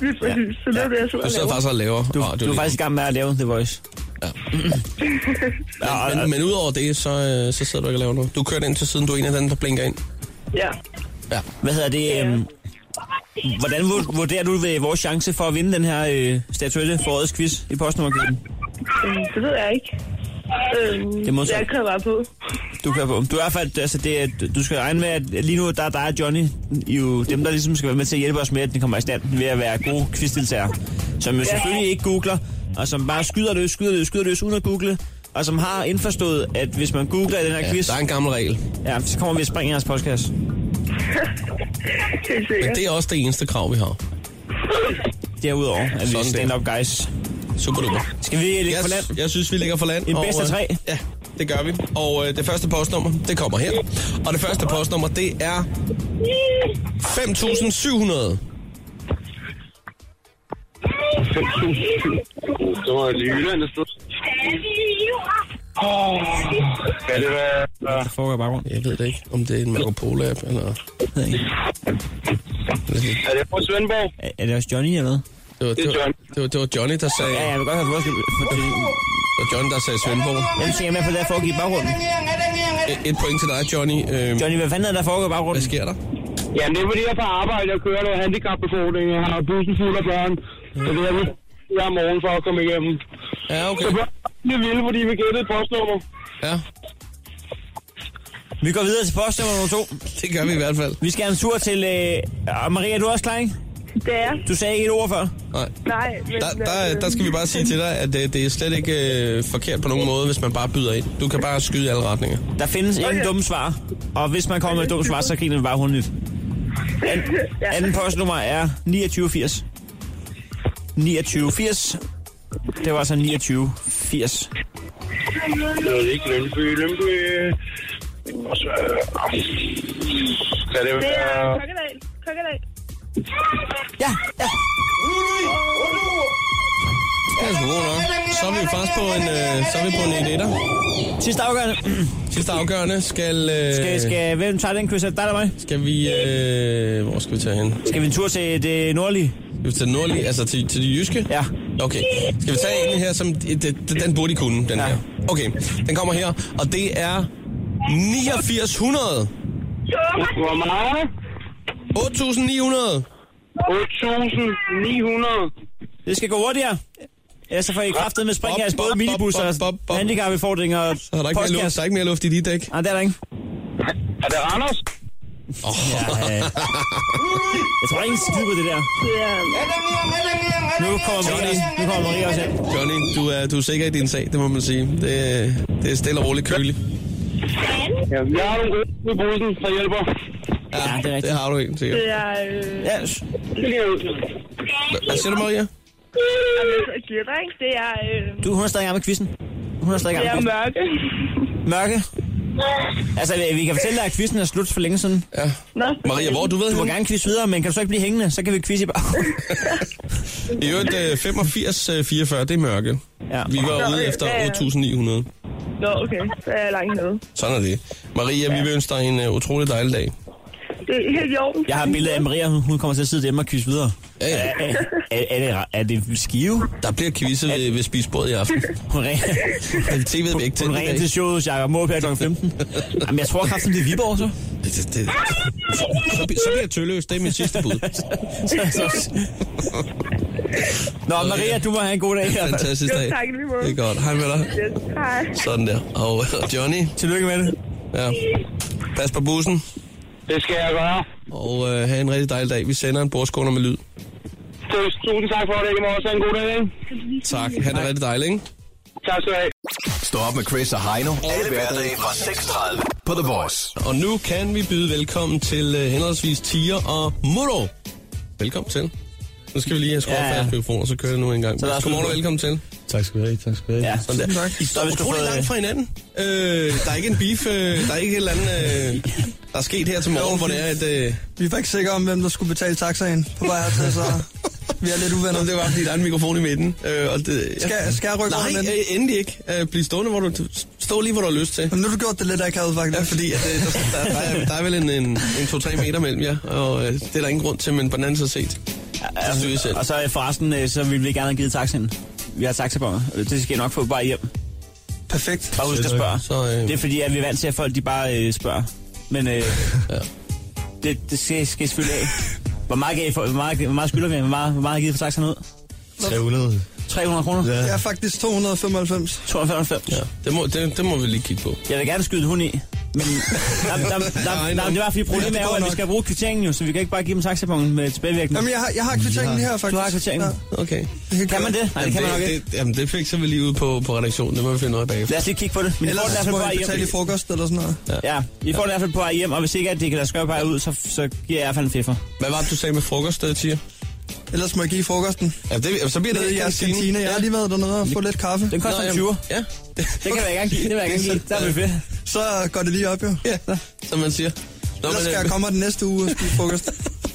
Lige præcis. Så det er det, jeg sidder
du
og
sidder
laver.
faktisk og laver.
du,
Åh, det er
du er
lige-
faktisk i gang med at lave The Voice.
Men, men, men udover det, så, øh, så sidder du ikke og laver noget. Du kørte ind til siden, du er en af dem, der blinker ind.
Ja.
Ja.
Hvad hedder det? Øhm, hvordan vur- vurderer du ved vores chance for at vinde den her øh, statuette for årets quiz i postnummerkøben?
Øhm, det ved jeg ikke. Øhm,
er modsat.
jeg kører bare på.
Du kører på. Du er i hvert fald, altså det, er- du skal regne med, at lige nu, der er dig og Johnny, I er jo dem, der ligesom skal være med til at hjælpe os med, at den kommer i stand ved at være gode quizdeltagere. Som jo selvfølgelig ikke googler, og som bare skyder løs, skyder løs, skyder løs, uden at google. Og som har indforstået, at hvis man googler i den her
Ja,
quiz,
der er en gammel regel.
ja, så kommer vi og springer i jeres postkasse.
Helt
Men
sikkert.
det er også det eneste krav, vi har.
Derudover at vi
Sådan der.
stand-up guys.
Super duper.
Skal vi lægge
Jeg,
på land?
jeg synes, vi ligger for land.
En bedst af
øh,
tre.
Ja, det gør vi. Og øh, det første postnummer, det kommer her. Og det første postnummer, det er 5.700.
5.000. Så var jeg lige i Jylland et sted. Åh, Hvad det være?
Der foregår i baggrunden.
Jeg ved det ikke, om det er en Marco Polo-app eller...
Ved jeg ikke.
Er det på Svendborg?
Er, er det også Johnny eller hvad?
Det var, det var, det var, det var Johnny, der sagde,
Ja, jeg vil godt have forskel. For det,
det var Johnny, der sagde Svendborg.
jeg tænker med på, hvad der foregår i baggrunden.
Et- Et point til dig, Johnny. Øh,
Johnny, hvad fanden er der foregår i
hvad
baggrunden?
sker der?
Jamen, det er fordi, jeg er på arbejde. Jeg kører noget handicapbefordring. Jeg har bussen fuld af børn. Så det er vi hver morgen for at komme igennem.
Ja,
Så
okay.
børn er vilde, fordi vi gættede et postnummer.
Ja,
Vi går videre til postnummer nummer to.
det gør vi i hvert fald.
Vi skal have en tur til... Øh, og Maria, er du også klar, ikke?
Det er.
Du sagde ikke et ord før.
Nej.
Nej, men... øh,
Der, der, der skal vi bare sige til dig, at det, det er slet ikke øh, forkert på nogen måde, hvis man bare byder ind. Du kan bare skyde i alle retninger.
Der findes okay. ingen dumme svar. Og hvis man kommer med et dumt svar, så griner vi bare hundeligt. An, anden postnummer er 2980. 2980. Det var altså 2980.
Det er ikke Lønby. Lønby... Og så... øh, Kan det
Det er
være...
Kokkedal. Kokkedal.
Ja, ja.
Det er sgu god nok. Så er vi faktisk på en, øh, så er vi på en 1-1'er.
Sidste afgørende.
Sidste afgørende skal... Øh,
Skal, skal, hvem tager den quiz? Er det dig eller mig?
skal vi... Øh, hvor skal vi tage hen?
Skal vi en tur til det nordlige?
Skal vi tage nordlig, altså til, til de jyske?
Ja.
Okay. Skal vi tage en her, som... øh, Det, det, den burde I kunne, den
Ja.
her. Okay, den kommer her, og det er 8900.
Hvor meget?
8900.
8.900.
Det skal gå hurtigere. Ellers så får I kraftet med spring
Bop,
jeres både
bop, bop,
minibusser,
bop, bop.
handicapbefordringer og
Så er der ikke mere luft, der er ikke mere luft i de dæk.
Nej, det er der ikke.
Er det Anders?
Ja, øh. Jeg tror ikke, skid på det der.
Det er...
Nu kommer Maria, nu kommer Maria også ind.
Johnny, du er, du er sikker i din sag, det må man sige. Det, det er stille og roligt køligt.
Jamen, jeg har nogle gode i bussen, der hjælper.
Ja, det er
Det
rigtigt.
har du en, sikkert.
Det er... Øh,
Ja,
Hva- Hvad siger du, Maria?
altså, glitter, ikke? Det er... Øh,
du, hun er stadig i gang med quizzen. Hun er stadig i
det
gang
er
med
mørke.
quizzen. Mørke. Altså, vi- vi kan fortælle dig, at quizzen er slut for længe siden.
Ja.
Nå.
Maria, hvor er du ved
Du må
henne?
gerne quiz videre, men kan du så ikke blive hængende, så kan vi quizze i bag.
I øvrigt, øh, 85-44, det er mørke.
Ja.
Vi var ude efter
Ja, ja.
8.900.
Nå, okay. Så er jeg langt nede.
Sådan er det. Maria, vi vil ønske dig en øh, utrolig dejlig dag.
Det er helt i orden.
Jeg har et billede af Maria, hun- hun kommer til at sidde hjemme og quizze videre.
Ja, ja.
Er, er, er, det, er det skive?
Der bliver quizet øh, ved, ved spisebordet i aften.
Hun ringer,
TV'et bliver ikke
hun
tændt i
ringer
dag.
til showet hos Jacob Måb her kl. 15. Jamen, jeg tror kraften, det er Viborg, så.
Det- det- det- Så, så, bliver- så bliver jeg tølløs. Det er mit sidste bud.
så, så. Nå, Maria, du må have en god dag. i hvert fald.
Fantastisk dag.
Jo, tak, i lige måde.
Det er godt. Hej med dig.
Yes, hej.
Sådan der. Og Johnny,
Tillykke med det.
ja. pas på bussen,
Det skal jeg gøre.
og øh, have en rigtig dejlig dag. Vi sender en bordskåner med lyd.
Tusind tak for det, i morgen. en god dag.
Tak. Han er rigtig dejlig, ikke?
Tak skal du have.
Stå op med Chris og Heino. Alle hverdage fra 6.30 på The Voice.
Og nu kan vi byde velkommen til øh, henholdsvis Tia og Muro. Velkommen til. Nu skal vi lige have skruet
Ja,
ja,
ja.
ja. fast mikrofoner, så kører det nu en gang. Så
der er
Godmorgen og
skud.
velkommen til.
Tak skal du have, tak skal du have.
Ja,
Sådan der. I
Så
står
hvis du
utrolig
får-
langt fra hinanden. Øh, der er ikke en beef, øh, der er ikke et eller andet, øh, der er sket her til morgen, hvor det er, at... Øh,
Vi var ikke sikre om, hvem der skulle betale taxaen på vej hertil, så vi er lidt uvenner.
Nå, det var fordi, der er en mikrofon i midten. Øh, og det, jeg,
Skal, skal jeg rykke rundt
Nej,
med den?
øh, endelig ikke. Øh, bliv stående, hvor du... Stå lige, hvor du har lyst til.
Jamen, nu har du gjort det lidt akavet, faktisk.
Ja, fordi at, øh, der, der, der, er, der er vel en, en, en 2-3 meter mellem jer, og øh, det er der ingen grund til, men på den anden side set. Så styrer I selv.
Og så øh, forresten, øh, så ville vi gerne have givet taxaen. Vi har taxabonger. Det skal I nok få bare hjem.
Perfekt.
Bare husk at spørge.
Så, øh,
Det er fordi, at vi er vant til, at folk de bare øh, spørger. Men øh, det, det skal, skal I selvfølgelig af. Hvor meget, gav I for, hvor meget, hvor meget skylder vi? jer? Hvor meget, hvor meget har I givet for taxaen ud?
300.
300 kroner?
Jeg er faktisk 295.
295?
ja, det, må, det, det må vi lige kigge på.
Jeg vil gerne skyde en hund i. Men der, der, der, der, der, det var fordi problemet er jo, at vi skal bruge kvitteringen jo, så vi kan ikke bare give dem taxabongen med tilbagevirkende.
Jamen, jeg har, jeg har kvitteringen lige her, faktisk.
Du har kvitteringen.
Okay.
det
Kan man det? Nej, det kan man nok ikke.
Det, jamen, det fik så vi lige ud på, på redaktionen. Det må vi finde noget af bagefter.
Lad os lige kigge på det. Men I får det i
Ellers
hvert fald
må
på
jeg
vej
betale i
hjem.
frokost eller sådan noget.
Ja, I får det i hvert fald på vej hjem, og hvis ikke at det kan lade sig gøre på vej ud, så, så giver jeg i hvert fald en fiffer.
Hvad var det, du sagde med frokost, øh, Tia?
Ellers må jeg give frokosten.
Ja, det, så bliver det
Nede i jeres kantine. Jeg har lige været dernede og fået lidt kaffe. øhm,
Den koster en 20.
Ja,
Det kan jeg gerne give. Det vil jeg gerne give. Der er vi fedt.
Så går det lige op, jo.
ja, som man siger. Nå,
Ellers
men,
skal
øh,
jeg komme her den næste uge og spise frokost.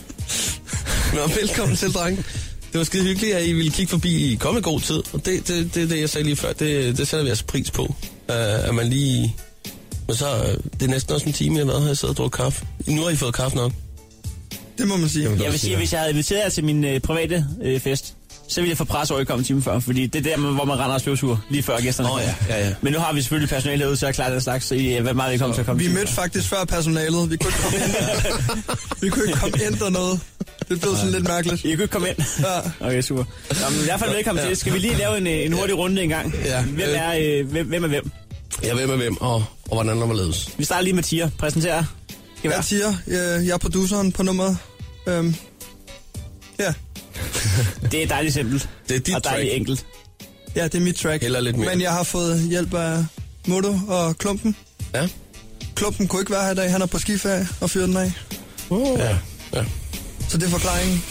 Nå, velkommen til, drenge. Det var skide hyggeligt, at I ville kigge forbi i kom i god tid. Og det, det, det, det jeg sagde lige før, det, det sætter vi altså pris på. Uh, at man lige... Men så, øh, det er næsten også en time, jeg har været her, jeg sidder og drukket kaffe. Nu har I fået kaffe nok.
Det må man sige.
Jeg vil sige, at hvis jeg havde inviteret jer til min øh, private øh, fest, så ville jeg få pres over, at I kom en time før, fordi det er der, hvor man render og støvsuger lige før gæsterne
Nå,
kommer.
ja, ja, ja.
Men nu har vi selvfølgelig personale herude til at klare den slags, så I øh, er meget velkommen til at komme.
Vi
en time
mødte
før.
faktisk før personalet. Vi kunne ikke komme ind, vi kunne ikke komme ind dernede. Det blev sådan lidt mærkeligt.
I kunne ikke komme ind.
Ja.
Okay, super. Nå, men i hvert fald velkommen til. Skal vi lige lave en, øh, en hurtig runde en gang?
Ja.
Hvem er, øh, hvem, hvem er hvem?
Ja, hvem er hvem, og, og hvordan der må ledes.
Vi starter lige med Tia. Præsenterer. Skal
Jeg
være.
siger, øh, jeg er produceren på nummeret. Øhm, ja.
Det er dejligt simpelt.
Det er dit
og dejligt
track.
enkelt.
ja, det er mit track.
Heller lidt mere.
Men jeg har fået hjælp af Motto og Klumpen.
Ja.
Klumpen kunne ikke være her i dag. Han er på skiferie og fyrer den af.
Ja. ja.
Så det er forklaringen.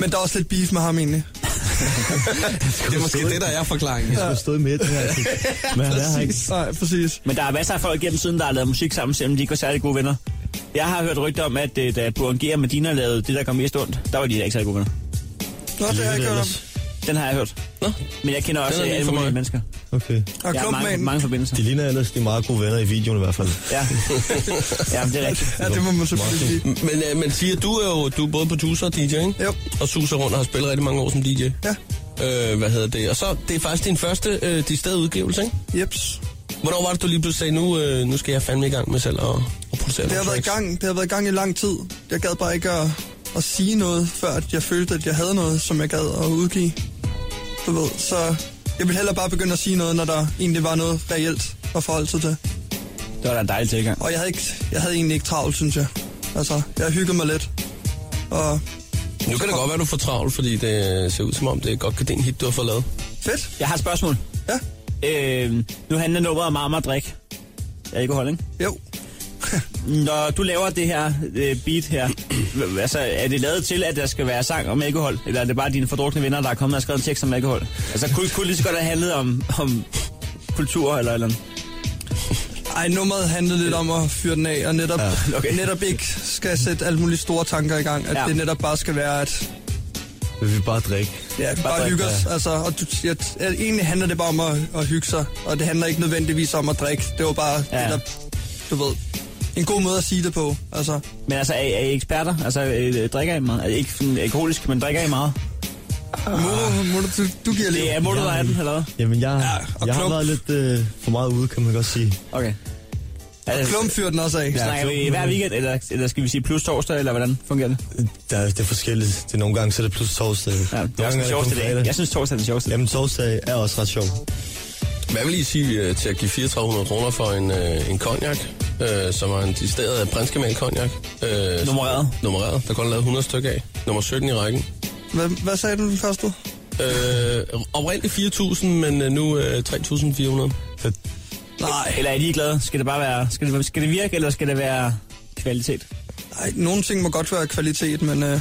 Men der er også lidt beef med ham egentlig.
Det er måske det, der er forklaringen. Ja.
stået med det her. Men han er her ikke. Nej, præcis.
Men der er masser af folk gennem siden, der har lavet musik sammen, selvom de ikke var særlig gode venner. Jeg har hørt rygter om, at øh, da Burhan G. og Medina lavede det, der kom mest ondt, der var de da ikke særlig gode venner.
Nå, det har jeg ikke hørt om.
Den har jeg hørt.
Nå,
Men jeg kender
Den
også
er
øh,
ny
alle
for
mulige
mig.
mennesker.
Okay. Og
Jeg
Klumpen
har
er
mange,
en-
mange forbindelser.
De ligner ellers de meget gode venner i videoen i hvert fald.
Ja. ja, men det er rigtigt.
Ja, det må man selvfølgelig sige.
men, øh, men siger, du er jo du er både producer og DJ, ikke?
Jo.
Og suser rundt og har spillet rigtig mange år som DJ.
Ja.
Øh, hvad hedder det? Og så, det er faktisk din første øh, distillede udgivelse, ikke?
Jeps.
Hvornår var det, du lige pludselig sagde, nu, øh, nu skal jeg fandme i gang med selv at, at producere
Det har, været i gang, det har været i gang i lang tid. Jeg gad bare ikke at, at sige noget, før at jeg følte, at jeg havde noget, som jeg gad at udgive. Du ved, så jeg ville hellere bare begynde at sige noget, når der egentlig var noget reelt at forholde sig til.
Det var da en dejlig tilgang.
Og jeg havde, ikke, jeg havde egentlig ikke travlt, synes jeg. Altså, jeg hyggede mig lidt. Og
Nu kan det godt være, du får travlt, fordi det ser ud som om, det godt kan det er en hit, du har fået lavet.
fedt,
Jeg har et spørgsmål.
ja,
Øh, nu handler nummeret om Amager Drik. Alkohol, ikke?
jo.
Når du laver det her øh, beat her, h- altså, er det lavet til, at der skal være sang om alkohol? Eller er det bare dine fordrukne venner, der er kommet og har skrevet en tekst om alkohol? Altså, kunne, kunne det lige så godt have handlet om, om kultur eller eller andet?
Ej, nummeret handlede lidt om at fyre den af, og netop, ja,
okay.
okay. netop ikke skal sætte alle mulige store tanker i gang. At
Ja.
ja. det netop bare skal være, at... Vil vi bare drikke? Ja, bare, bare
drikke,
hygge os. Altså, og du, jeg, jeg, egentlig handler det bare om at, at hygge sig, og det handler ikke nødvendigvis om at drikke. Det var bare
Ja.
ja. netop, du ved, en god måde at sige det på. Altså,
Men altså, er, er I eksperter? Altså, øh, drikker I meget? Er I ikke sådan alkoholisk, men drikker I meget?
Moro, Moro, du, du giver lige...
Ah. Det er målet, der er den, eller hvad?
Jamen, jeg, ja, jeg har været lidt øh, for meget ude, kan man godt sige.
Okay.
Altså, Klump fyrer den også af.
Ja, Snakker vi hver weekend, eller, eller skal vi sige plus torsdag, eller hvordan fungerer det?
Der, det er forskelligt. Det er nogle gange, så er det plus torsdag. Ja,
det er også den sjoveste dag. Jeg synes, torsdag er den sjoveste.
Jamen, torsdag er også ret sjov.
Hvad vil I sige øh, til at give 3400 kroner for en, øh, en cognac, øh, som er en distilleret prinskemal cognac?
Øh, nummereret.
Nummereret. Der er kun lavet 100 stykker af. Nummer 17 i rækken.
Hvad, hvad sagde du, den kostede?
Øh, oprindeligt 4.000, men øh, nu øh, 3.400. Så...
Nej. Eller er de glade? Skal det bare være, skal det, skal det virke, eller skal det være kvalitet?
Nej, nogle ting må godt være kvalitet, men øh,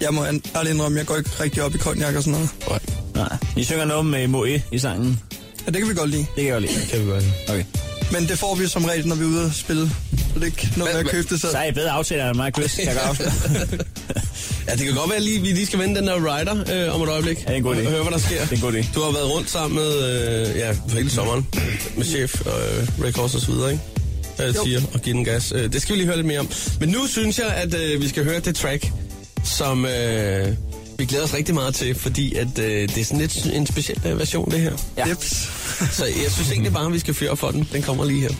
jeg må ærligt indrømme, jeg går ikke rigtig op i cognac og sådan noget.
Nej.
Nej. I synger noget med Moe i sangen.
Ja, det kan vi godt lide.
Det kan vi godt lide.
Det kan vi godt lide.
Okay.
Men det får vi som regel, når vi er ude og spille. Så det er ikke noget med at købe det selv.
Så er I bedre aftaler end mig, Chris. Kan jeg godt
ja, det kan godt være, at lige, vi lige skal vende den der rider øh, om et øjeblik.
Ja, det er en god idé.
Og høre, hvad der sker.
Det er en god idé.
Du har været rundt sammen med, øh, ja, for hele sommeren. Med chef og øh, Ray Kors og så videre, ikke? Øh, siger, og give den gas. Øh, det skal vi lige høre lidt mere om. Men nu synes jeg, at øh, vi skal høre det track, som øh, vi glæder os rigtig meget til, fordi at, øh, det er sådan lidt en speciel øh, version, det her.
Ja. Jeps.
så jeg synes egentlig bare, at vi skal fyre for den. Den kommer lige her.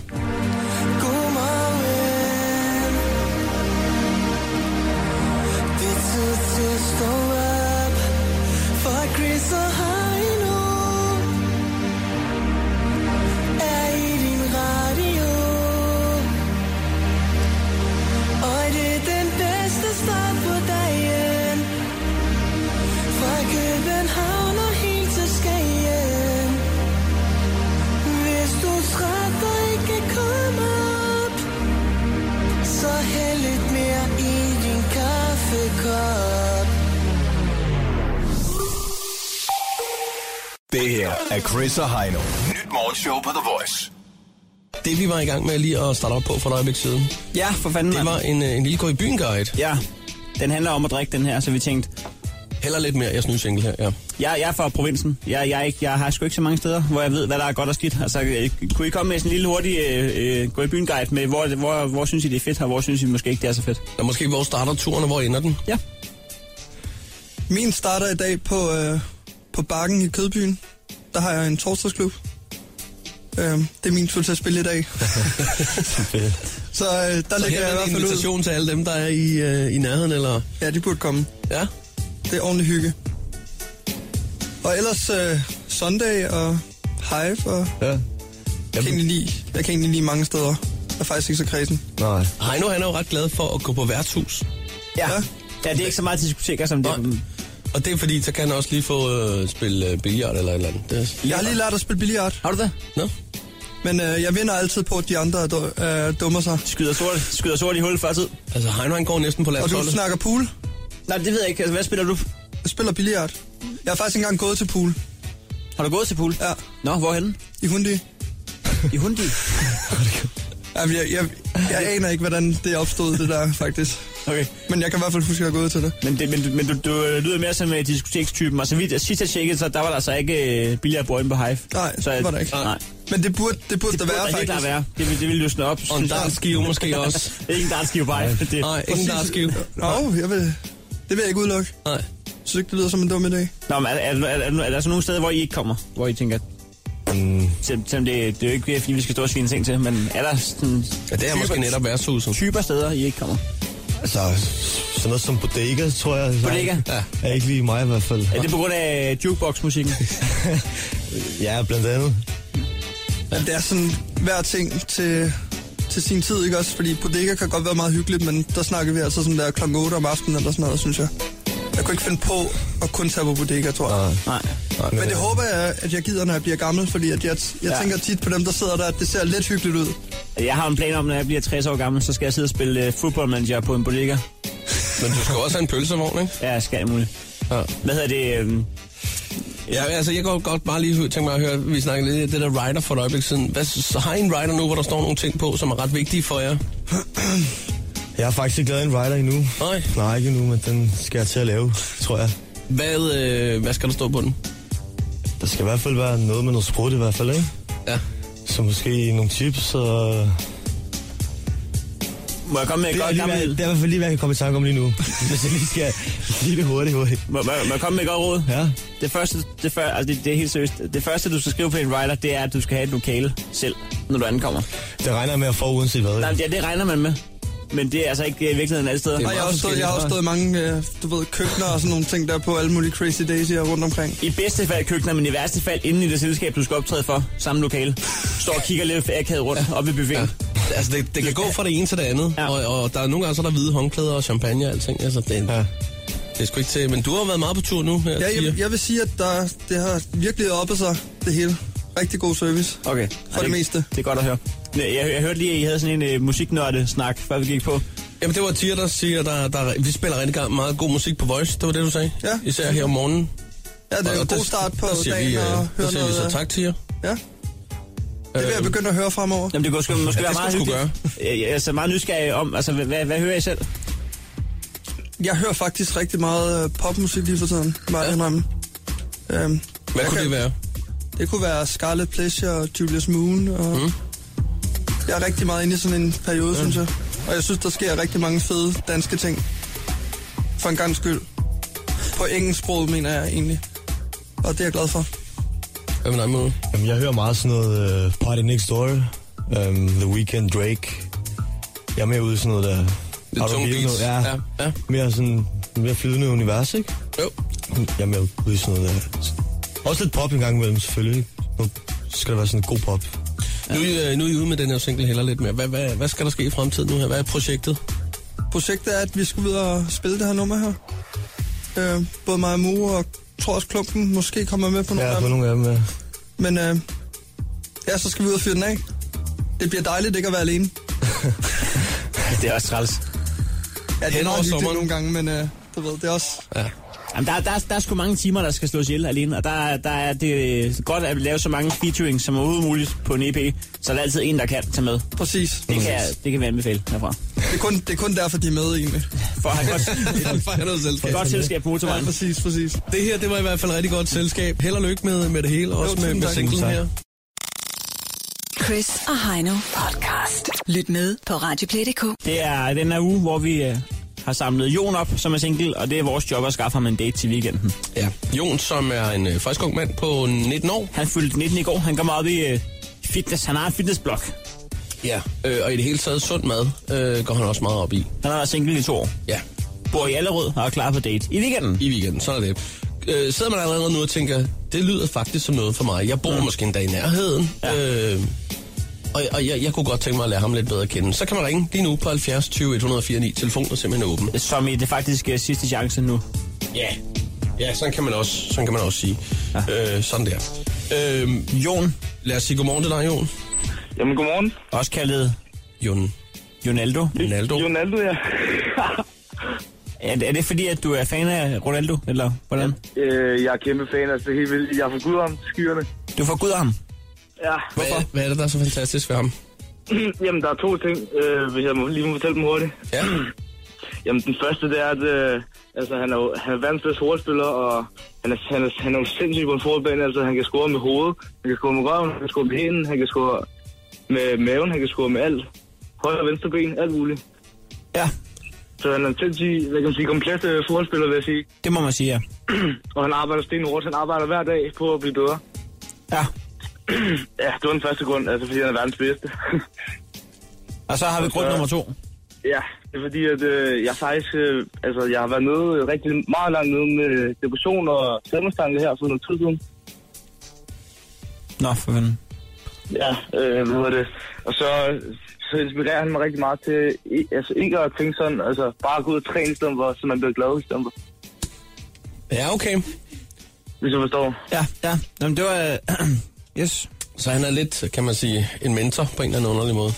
af Chris og Heino. Nyt morgenshow på The Voice.
Det vi var i gang med lige at starte op på for et øjeblik siden.
Ja, for fanden.
Det var en, øh, en lille gå i byen guide.
Ja, den handler om at drikke den her, så vi tænkte...
Heller lidt mere, jeg synes single her, ja.
Jeg, jeg er fra provinsen. Jeg, jeg, ikke, jeg har sgu ikke så mange steder, hvor jeg ved, hvad der er godt og skidt. Altså, kunne I komme med sådan en lille hurtig øh, øh, gå i byen guide med, hvor, hvor, hvor synes I det er fedt, og hvor synes I måske ikke det er så fedt?
Og måske hvor starter turen, og hvor ender den?
Ja.
Min starter i dag på, øh, på Bakken i Kødbyen der har jeg en torsdagsklub. Øhm, det er min tur til at spille i dag. så øh, der så ligger jeg i hvert fald
en invitation ud. til alle dem, der er i, øh, i nærheden, eller?
Ja, de burde komme.
Ja?
Det er ordentlig hygge. Og ellers øh, Sunday og Hive og... Ja. Jamen. Jeg kan, lide, jeg kan egentlig lide mange steder. Jeg er faktisk ikke så kredsen.
Nej. Heino, han er jo ret glad for at gå på værtshus.
Ja. Ja, ja det er ikke så meget diskoteker som det. Nej.
Og det er fordi, så kan han også lige få øh, spille øh, billiard eller et eller andet. Det er...
Jeg har lige lært at spille billiard.
Har du det?
Nå. No?
Men øh, jeg vinder altid på, at de andre øh, dummer sig.
Skyder sort, skyder sort i hul før tid.
Altså, Heino han går næsten på landsholdet.
Og du snakker pool?
Nej, det ved jeg ikke. Altså, hvad spiller du?
Jeg spiller billiard. Jeg har faktisk engang gået til pool.
Har du gået til pool?
Ja.
Nå, hvorhen?
I Hundi.
I Hundi?
Jamen, jeg, jeg, jeg aner ikke, hvordan det opstod, det der, faktisk.
Okay.
Men jeg kan i hvert fald huske, at jeg har gået til det.
Men, det, men, men du, du, lyder mere som uh, diskotekstypen. Altså, vidt, sidst jeg tjekkede, så der var der altså ikke uh, billiardbord inde på Hive.
Nej,
så,
det var der ikke.
Nej.
Men det burde, det burde det der burde være,
der
faktisk.
Det være. Det vil, det vil løsne op.
Og en dartskive måske også.
ikke en dartskive bare. Nej,
det. Nej ikke en dartskive.
Nå, no, jeg vil, det vil jeg ikke udelukke.
Nej.
Så ikke, det lyder som en dum idé.
Nå, men er, er, er, er, er, der så nogle steder, hvor I ikke kommer? Hvor I tænker, Mm. Selvom det, det er jo ikke, fordi vi skal stå og svine ting til, men er der sådan...
Ja, det er typer, måske netop værtshuset.
Typer steder, I ikke kommer?
Altså, sådan noget som bodega, tror jeg.
altså.
Bodega?
Ja. Er ikke lige mig i hvert fald.
Er det på grund af øh, jukebox-musikken?
ja, blandt andet.
Ja. Det er sådan hver ting til, til sin tid, ikke også? Fordi bodega kan godt være meget hyggeligt, men der snakker vi altså sådan der klokken 8 om aftenen eller sådan noget, synes jeg. Jeg kunne ikke finde på at kun tage på bodega, tror jeg.
Nej. Nej.
Men det håber jeg, at jeg gider, når jeg bliver gammel, fordi at jeg, jeg ja. tænker tit på dem, der sidder der, at det ser lidt hyggeligt ud.
Jeg har en plan om, når jeg bliver 60 år gammel, så skal jeg sidde og spille uh, fodboldmanager på en bodega.
Men du skal også have en pølsevogn, ikke?
Ja, jeg skal muligt. Ja. Hvad hedder det? Øhm...
Ja, altså jeg kunne godt bare lige tænke mig at høre, vi snakkede lidt det der rider for et øjeblik siden. Hvad, så har I en rider nu, hvor der står nogle ting på, som er ret vigtige for jer?
Jeg har faktisk ikke lavet en rider endnu.
Nej?
Nej, ikke endnu, men den skal jeg til at lave, tror jeg.
Hvad, øh, hvad skal der stå på den?
Der skal i hvert fald være noget med noget sprut i hvert fald, ikke?
Ja.
Så måske nogle chips og...
Må jeg komme med et
det er
godt
lige, hvad,
gammelt-
Det er i hvert fald lige, hvad jeg kan komme i tanke om lige nu. Hvis jeg lige skal lige det hurtigt, hurtigt.
Må, må, må jeg komme med et godt råd?
Ja.
Det første, det, før, altså det, det, er helt seriøst. Det første, du skal skrive på din rider, det er, at du skal have et lokale selv, når du ankommer.
Det regner jeg med at få uanset hvad.
Nej, ja, det regner man med. Men det er altså ikke øh, i virkeligheden alle steder.
Og jeg har også stået, jeg har også stået i mange, øh, du ved, køkkener og sådan nogle ting der på alle mulige crazy daisier rundt omkring.
I bedste fald køkkener, men i værste fald inden i det selskab, du skal optræde for, samme lokale. Står og kigger lidt akavet rundt ja. op i buffeten. Ja.
Altså, det, det kan gå fra det ene til det andet. Ja. Og, og der er nogle gange, så er der hvide håndklæder og champagne og alting. Altså, det, ja. det er sgu ikke til. Men du har været meget på tur nu. Her,
Ja, jeg, jeg vil sige, at der, det har virkelig oppet sig, det hele. Rigtig god service.
Okay.
For det, det meste.
Det er godt at høre. Jeg, jeg, jeg hørte lige, at I havde sådan en øh, musiknørde-snak, før vi gik på.
Jamen, det var Tia, der siger, der, der, vi spiller rigtig gang meget god musik på Voice. Det var det, du sagde?
Ja.
Især her om morgenen.
Ja, det er
Og-
en
og
god
der-
start på
der siger
dagen
vi, øh,
at
Der
høre
siger vi så
noget, øh,
tak, Øh, Tia.
Ja. Det vil jeg begynde at høre fremover.
Jamen, det kunne sgu, måske
Ja,
være
det
meget
skulle sgu
hyggeligt. Jeg, jeg er så meget nysgerrig om, altså, hvad, hvad, hvad hører I selv?
Jeg hører faktisk rigtig meget øh, popmusik lige for tiden, må jeg indrømme. Øhm,
Hvad
jeg
kunne det være?
Det kunne være Scarlet Pleasure og Julius Moon. Og mm. Jeg er rigtig meget inde i sådan en periode, synes jeg. Og jeg synes, der sker rigtig mange fede danske ting. For en gang skyld. På engelsksproget, mener jeg egentlig. Og det er jeg glad for.
Hvad med dig, Møde?
Jamen, jeg hører meget sådan noget uh, Party Next Door, um, The Weeknd, Drake. Jeg er mere ude i sådan noget der...
Lidt
R&B
tunge
og
beats.
Noget, ja.
Ja, ja.
Mere sådan... Mere flydende univers, ikke?
Jo.
Jeg er mere ude i sådan noget der... Også lidt pop en gang imellem, selvfølgelig. Nu skal der være sådan en god pop.
Nu, er I, øh, nu er I ude med den her single heller lidt mere. Hvad, hvad, hvad skal der ske i fremtiden nu her? Hvad er projektet?
Projektet er, at vi skal ud og spille det her nummer her. Øh, både mig og Mue og tror også Klumpen måske kommer med på nogle
Jeg
af
har
dem.
fået nogle af dem, ja.
Men øh, ja, så skal vi ud og fyre den af. Det bliver dejligt ikke at være alene.
Det er også træls.
Ja, det
Hen
er
over
meget hyggeligt
sommeren.
nogle gange, men øh, du ved, det er også...
Ja.
Jamen, der, der, der er sgu mange timer, der skal slås ihjel alene, og der, der er det øh, godt at lave så mange featuring som overhovedet muligt på en EP, så er der altid en, der kan tage med.
Præcis.
Det kan, jeg- det kan vi anbefale herfra.
Det er, kun, det er kun derfor, de er med egentlig.
For at have
godt, for at have noget selskab.
Godt selskab på motorvejen.
Ja, præcis, præcis.
Det her, det var i hvert fald et rigtig godt selskab. Held og lykke med, med det hele, også med,
tusind
med
tak.
singlen
Tak.
her.
Chris og Heino podcast. Lyt med på Radioplay.dk.
Det er den her uge, hvor vi øh, har samlet Jon op, som er single, og det er vores job at skaffe ham en date til weekenden.
Ja. Jon, som er en øh, frisk ung mand på 19 år.
Han fyldte 19 i går. Han kommer op i øh, fitness. Han har en fitnessblok.
Ja. Øh, og i det hele taget sund mad øh, går han også meget op i.
Han har været single i to år.
Ja.
Bor i Allerød og er klar på date. I weekenden?
I weekenden, sådan er det. Øh, sidder man allerede nu og tænker, det lyder faktisk som noget for mig. Jeg bor ja. måske en dag i nærheden. Ja. Øh, og og jeg, jeg kunne godt tænke mig at lære ham lidt bedre at kende. Så kan man ringe lige nu på 70 20 104 9. Telefonen er simpelthen åben.
Som i det faktisk øh, sidste chance nu.
Ja. Ja, sådan kan man også, sådan kan man også sige. Ja. Øh, sådan der. Øh,
Jon.
Lad os sige godmorgen til dig, Jon.
Jamen, godmorgen.
Også kaldet...
Jon.
Jonaldo.
Ronaldo.
Ronaldo, ja.
er, er det fordi, at du er fan af Ronaldo, eller hvordan?
Øh, jeg er kæmpe fan, altså det er helt vildt. Jeg er fra Gudhavn, skyerne.
Du forguder ham.
Ja.
Hvad, hvad er det, der er så fantastisk ved ham?
Jamen, der er to ting, øh, hvis jeg må, lige må fortælle dem hurtigt.
Ja.
Jamen, den første, det er, at øh, altså, han, er, jo- han er verdens bedste fodboldspiller, og han er, han, er, han er jo sindssyg på en fodboldbane. Altså, han kan score med hovedet, han kan score med røven, han kan score med hælen, han kan score med maven, han kan score med alt. Højre og venstre ben, alt muligt.
Ja.
Så han er en sindssyg, hvad kan man sige, komplet øh, fodboldspiller, vil jeg sige.
Det må man sige, ja.
og han arbejder stenhårdt. Han arbejder hver dag på at blive bedre.
Ja.
ja, det var den første grund, altså fordi han er verdens bedste.
Og så har vi grund nummer to.
Ja, det er fordi, at øh, jeg faktisk, øh, altså jeg har været nede øh, rigtig meget langt nede med depression og stemmestanke her for noget tid siden.
Nå, for fanden.
Ja, øh, hvad hedder det? Og så, så inspirerer han mig rigtig meget til i- altså, ikke at tænke sådan, altså bare at gå ud og træne i stedet for, så man bliver glad i stedet for.
Ja, okay.
Hvis jeg forstår.
Ja, ja. Jamen, det var... yes.
Så han er lidt, kan man sige, en mentor på en eller anden underlig måde.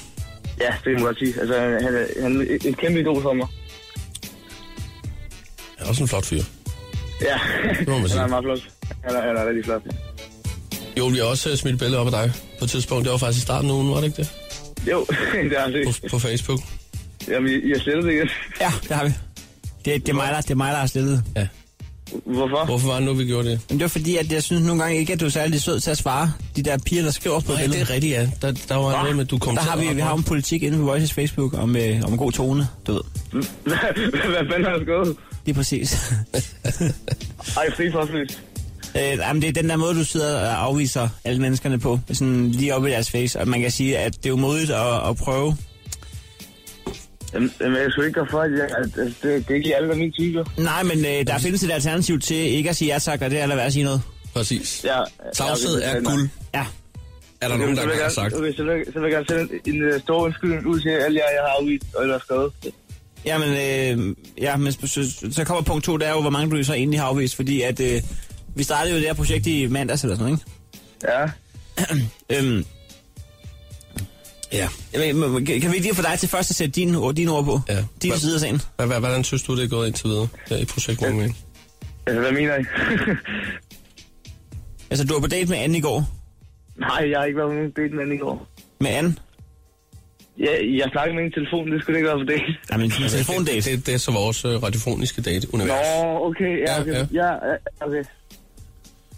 Ja, det kan man godt sige. Altså han, han, er- han er en kæmpe idol for mig.
Han er også en flot fyr.
Ja,
Det må man
han
sige.
er meget flot. Han er, han er rigtig flot.
Jo, vi har også øh, smidt et billede op af dig på et tidspunkt. Det var faktisk i starten af ugen, var det ikke det?
Jo, det er det.
På, på Facebook.
Jamen, I, I har slettet det igen.
Ja, det har vi. Det, det, er mig, der, det er mig, der har stillet.
Ja.
Hvorfor?
Hvorfor var det nu, vi gjorde det?
Men det var fordi, at jeg synes nogle gange ikke, at du er særlig sød til at svare de der piger, der skriver på
Nej, det er rigtigt, ja. Der, Ah, der var noget med, at du kom
der
til
har
at-
vi, vi har jo en politik inde på Voices Facebook om, øh, om god tone, du ved.
Hvad fanden har jeg skrevet?
Lige præcis.
Ej, fri for oplyst.
Øh, jamen, det er den der måde, du sidder og afviser alle menneskerne på, sådan lige op i deres face. Og man kan sige, at det er jo modigt at, at prøve.
Jamen, jamen, jeg skulle ikke gøre for, at jeg, at, at det, det er ikke alle, der er min type.
Nej, men øh, der findes et alternativ til ikke at sige ja tak, og det er at lade være at sige noget.
Præcis.
Ja,
Tavshed
ja,
er
det-
guld.
Ja.
Er der nogen, der har sagt?
Okay, så vil, så vil jeg gerne sende en, en øh, stor undskyldning ud til alle jer, jeg har afvist og eller skrevet.
Jamen, øh, ja, men så, så kommer punkt to, det er jo, hvor mange du så egentlig har afvist, fordi at øh, vi startede jo det her projekt i mandags eller sådan noget, ikke? Ja. øhm, ja. Jamen, må- kan, kan vi ikke lige få dig til først at sætte dine ord, dine ord på?
Ja.
Dine sider af sagen.
Hvad- hvad- Hvordan synes du, det er gået indtil videre her i projekt Morgen Mænd?
Altså, hvad mener I?
Altså, du var på date med Anne i går.
Nej, jeg har ikke været på nogen date med hende i går.
Med Anne?
Ja, jeg snakkede med en telefon, det skulle det ikke være på date.
Nej, men
det, telefondate. Det, det, det er så vores øh, radiofoniske date-univers.
Nå, okay, ja, okay. Ja, ja. ja okay.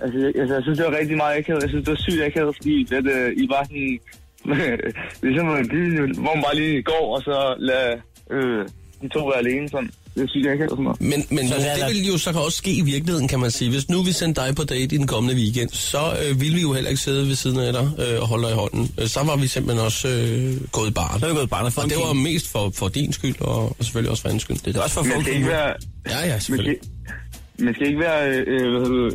Altså, jeg, altså, jeg synes, det var rigtig meget akavet. Jeg synes, det var sygt akavet, fordi at, øh, I var sådan... ligesom en bil, hvor man bare lige går, og så lader øh, de to være alene. Sådan. Det er sygt akavet. Sådan noget.
Men, men
Så
så
lad
det
dig-
ville jo så også ske i virkeligheden, kan man sige. Hvis nu vi sendte dig på date i den kommende weekend, så øh, ville vi jo heller ikke sidde ved siden af dig øh, og holde dig i hånden. Øh, så var vi simpelthen også øh, gået i barn. Så
er vi gået i barn.
Og det var mest for, for din skyld, og, og selvfølgelig også for hans skyld. Det
er også
Men det kan ikke være...
Ja, ja,
man
selvfølgelig.
skal, man skal ikke være øh, hvad hedder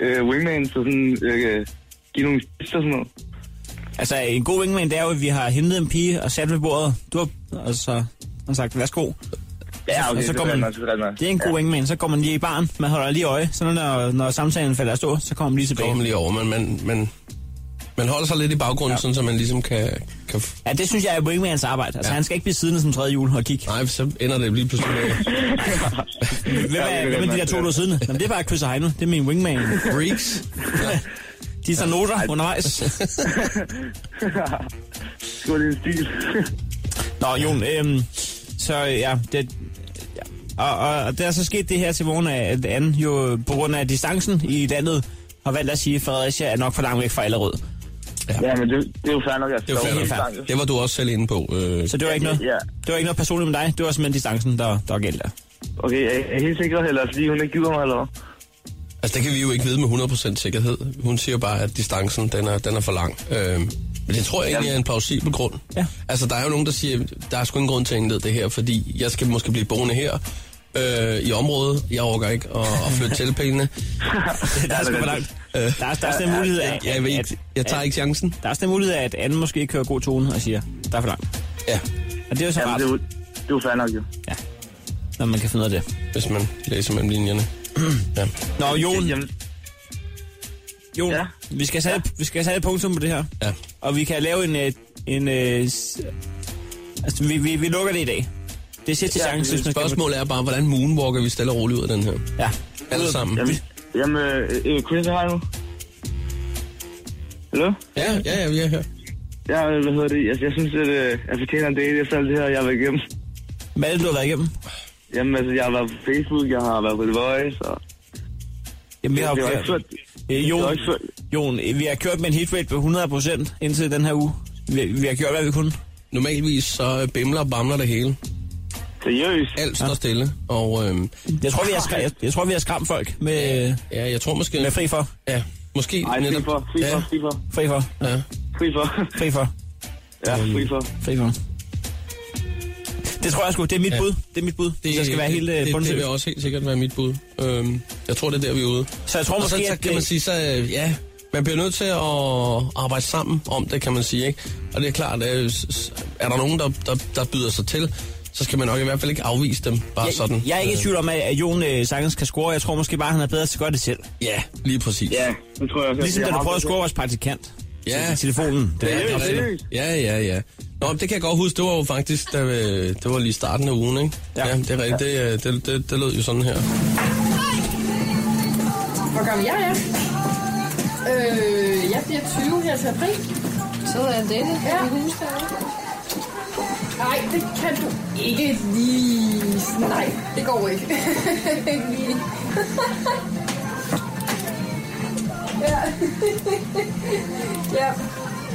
det, øh, wingman, så sådan... Øh, give nogle tips og sådan noget.
Altså, en god wingman, det er jo, at vi har hentet en pige og sat ved bordet. Du har altså, har sagt, værsgo.
Ja, okay,
og så
Altså, det
går
er
man,
rigtig nok, det er rigtig nok.
det er en god
Ja.
wingman, så går man lige i barn, man holder lige øje, så når, når samtalen falder af stå, så kommer man lige tilbage.
Kommer lige over, men man, man, man holder sig lidt i baggrunden, ja. sådan, så man ligesom kan... kan f-
Ja, det synes jeg er wingmans arbejde. Altså, ja. han skal ikke blive siddende som tredje jul og kigge.
Nej, så ender det lige pludselig med...
Hvem
Ja, det
er,
kan
hvem
jeg
er de der
godt
to, du
mærke.
er siddende? Jamen, det er bare Chris og Heino. Det er min wingman.
Freaks.
de tager noter undervejs.
Skål i en stil.
Nå, Jon, øhm, så ja, det, ja. Og, og, og der er så sket det her til morgen, at Anne jo på grund af distancen i landet har valgt at sige, at Fredericia er nok for langt væk fra Allerød.
Ja,
ja men det, det er jo fair nok, at
Det var,
fair
det var du også selv inde på. Øh.
Så det var ikke noget,
Ja.
det var ikke noget personligt med dig, det var simpelthen distancen, der, der var galt der.
Okay, er, er helt sikker, eller fordi hun ikke gider mig, eller hvad?
Altså, det kan vi jo ikke vide med 100% sikkerhed. Hun siger bare, at distancen, den er, den er for lang. Øh, men det tror jeg egentlig er en plausibel grund. Ja. Altså, der er jo nogen, der siger, der er sgu ingen grund til at indlede det her, fordi jeg skal måske blive boende her øh, i området. Jeg overgår ikke at, at flytte til pælene.
Der er sgu for langt. Der er, der er sådan en mulighed af,
Jeg, ved ikke. jeg tager ikke chancen.
der er sådan en mulighed af, at Anne måske kører god tone og siger, der er for langt.
Ja.
Og det er jo så
Jamen,
rart,
det, er jo- det er jo fair nok, jo.
når man kan finde ud af det.
Hvis man læser mellem linjerne. ja.
Nå, Jon.
Jamen.
Jon, ja. vi skal sætte, vi skal sætte et punktum på det her.
Ja.
Og vi kan lave en... øh, en, øh, s- altså, vi, vi, vi lukker det i dag. Det er sidste ja, chance, hvis man
Spørgsmålet er bare, hvordan moonwalker vi stille og roligt ud af den her?
Ja.
Alle sammen.
Jamen, jamen øh, øh, Chris, har nu. Hallo?
Ja, ja, ja, vi er her.
Ja, øh, hvad hedder det? Jeg, jeg synes, at øh, jeg fortjener en date efter alt det her, jeg har været igennem.
Hvad er det, du har været igennem?
Jamen, altså, jeg har været på Facebook, jeg har været på The Voice, og...
Jamen, vi har
det,
jo
var ikke
kørt...
svært.
Øh,
Det var
Jon,
ikke svært.
Jon, øh, vi har kørt med en hit rate på 100% indtil den her uge. Vi, vi har gjort, hvad vi kunne.
Normalvis så øh, bimler og bamler det hele.
Seriøst?
Alt står stille, og... Øh,
Jeg tror, vi har, skra- jeg, jeg tror, vi har skræmt folk med, øh,
Ja, jeg tror måske...
med fri for.
Ja, måske
Ej, fri
netop...
for, fri for,
Ja,
fri for,
Fri for.
ja.
fri for.
Fri for.
Ja, fri for.
Fri for. Det tror jeg sgu. Det er mit ja. bud. Det er mit bud. Det, jeg skal være helt
det,
øh,
det, det vil
bundsøgt.
også helt sikkert være mit bud. Øhm, jeg tror, det er der, vi er ude.
Så jeg tror
og så,
måske,
så
at
kan
det-
man sige, så øh, ja, man bliver nødt til at arbejde sammen om det, kan man sige. Ikke? Og det er klart, øh, s- s- er der nogen, der, der, der byder sig til, så skal man nok i hvert fald ikke afvise dem bare
Jeg,
sådan.
jeg er ikke i tvivl om, at at Jon øh, sagtens kan score. Jeg tror måske bare, han er bedre til at gøre det selv.
Øh, Ja, lige præcis.
Ja, det tror jeg også.
Ligesom
jeg
da du
har-
prøvede at score vores praktikant.
Ja.
Til telefonen. Det,
Ja,
det,
det er rigtigt. ja, ja, ja. Nå, men det kan jeg godt huske. Det var jo faktisk, da, øh, det var lige starten af ugen, ikke? Ja, ja det er rigtigt. Det, øh, det, det, det lød jo sådan her.
Hvor gammel jeg er? Øh, jeg bliver 20 her til april. Så er det det. Ja. Nej, det kan du ikke lige... Nej, det det går ikke. Ikke lige. ja. ja.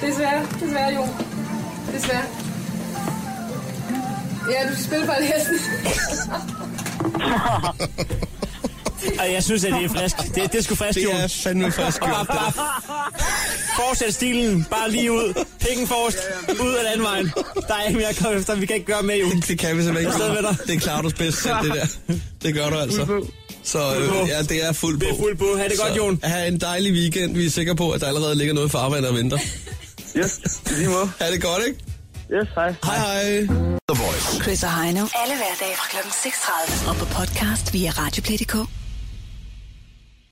Desværre. Desværre, jo. Desværre. Ja, du skal spille bare hesten.
Og jeg synes, at det er frisk. Det, det er sgu frisk,
Det
Jon.
er fandme frisk, Jon.
Bare, bare, fortsæt stilen. Bare lige ud. Pikken forrest. Ud af landvejen. Der er ikke mere at komme efter. Vi kan ikke gøre med, Jon.
Det kan vi simpelthen
Jeg er stadig
ikke.
med dig.
Det klarer du bedst selv, det der. Det gør du altså. Så
Fuld på.
øh, ja, det er fuld på.
Det er fuld på. Ha' det godt,
Så,
Jon.
Ha' en dejlig weekend. Vi er sikre på, at der allerede ligger noget i farvand og venter. Yes, lige måde. Ha' det godt, ikke? Yes, hej. Hej, hej.
Chris og Heino. Alle hverdage fra kl. 6.30. Og på podcast via Radioplay.dk.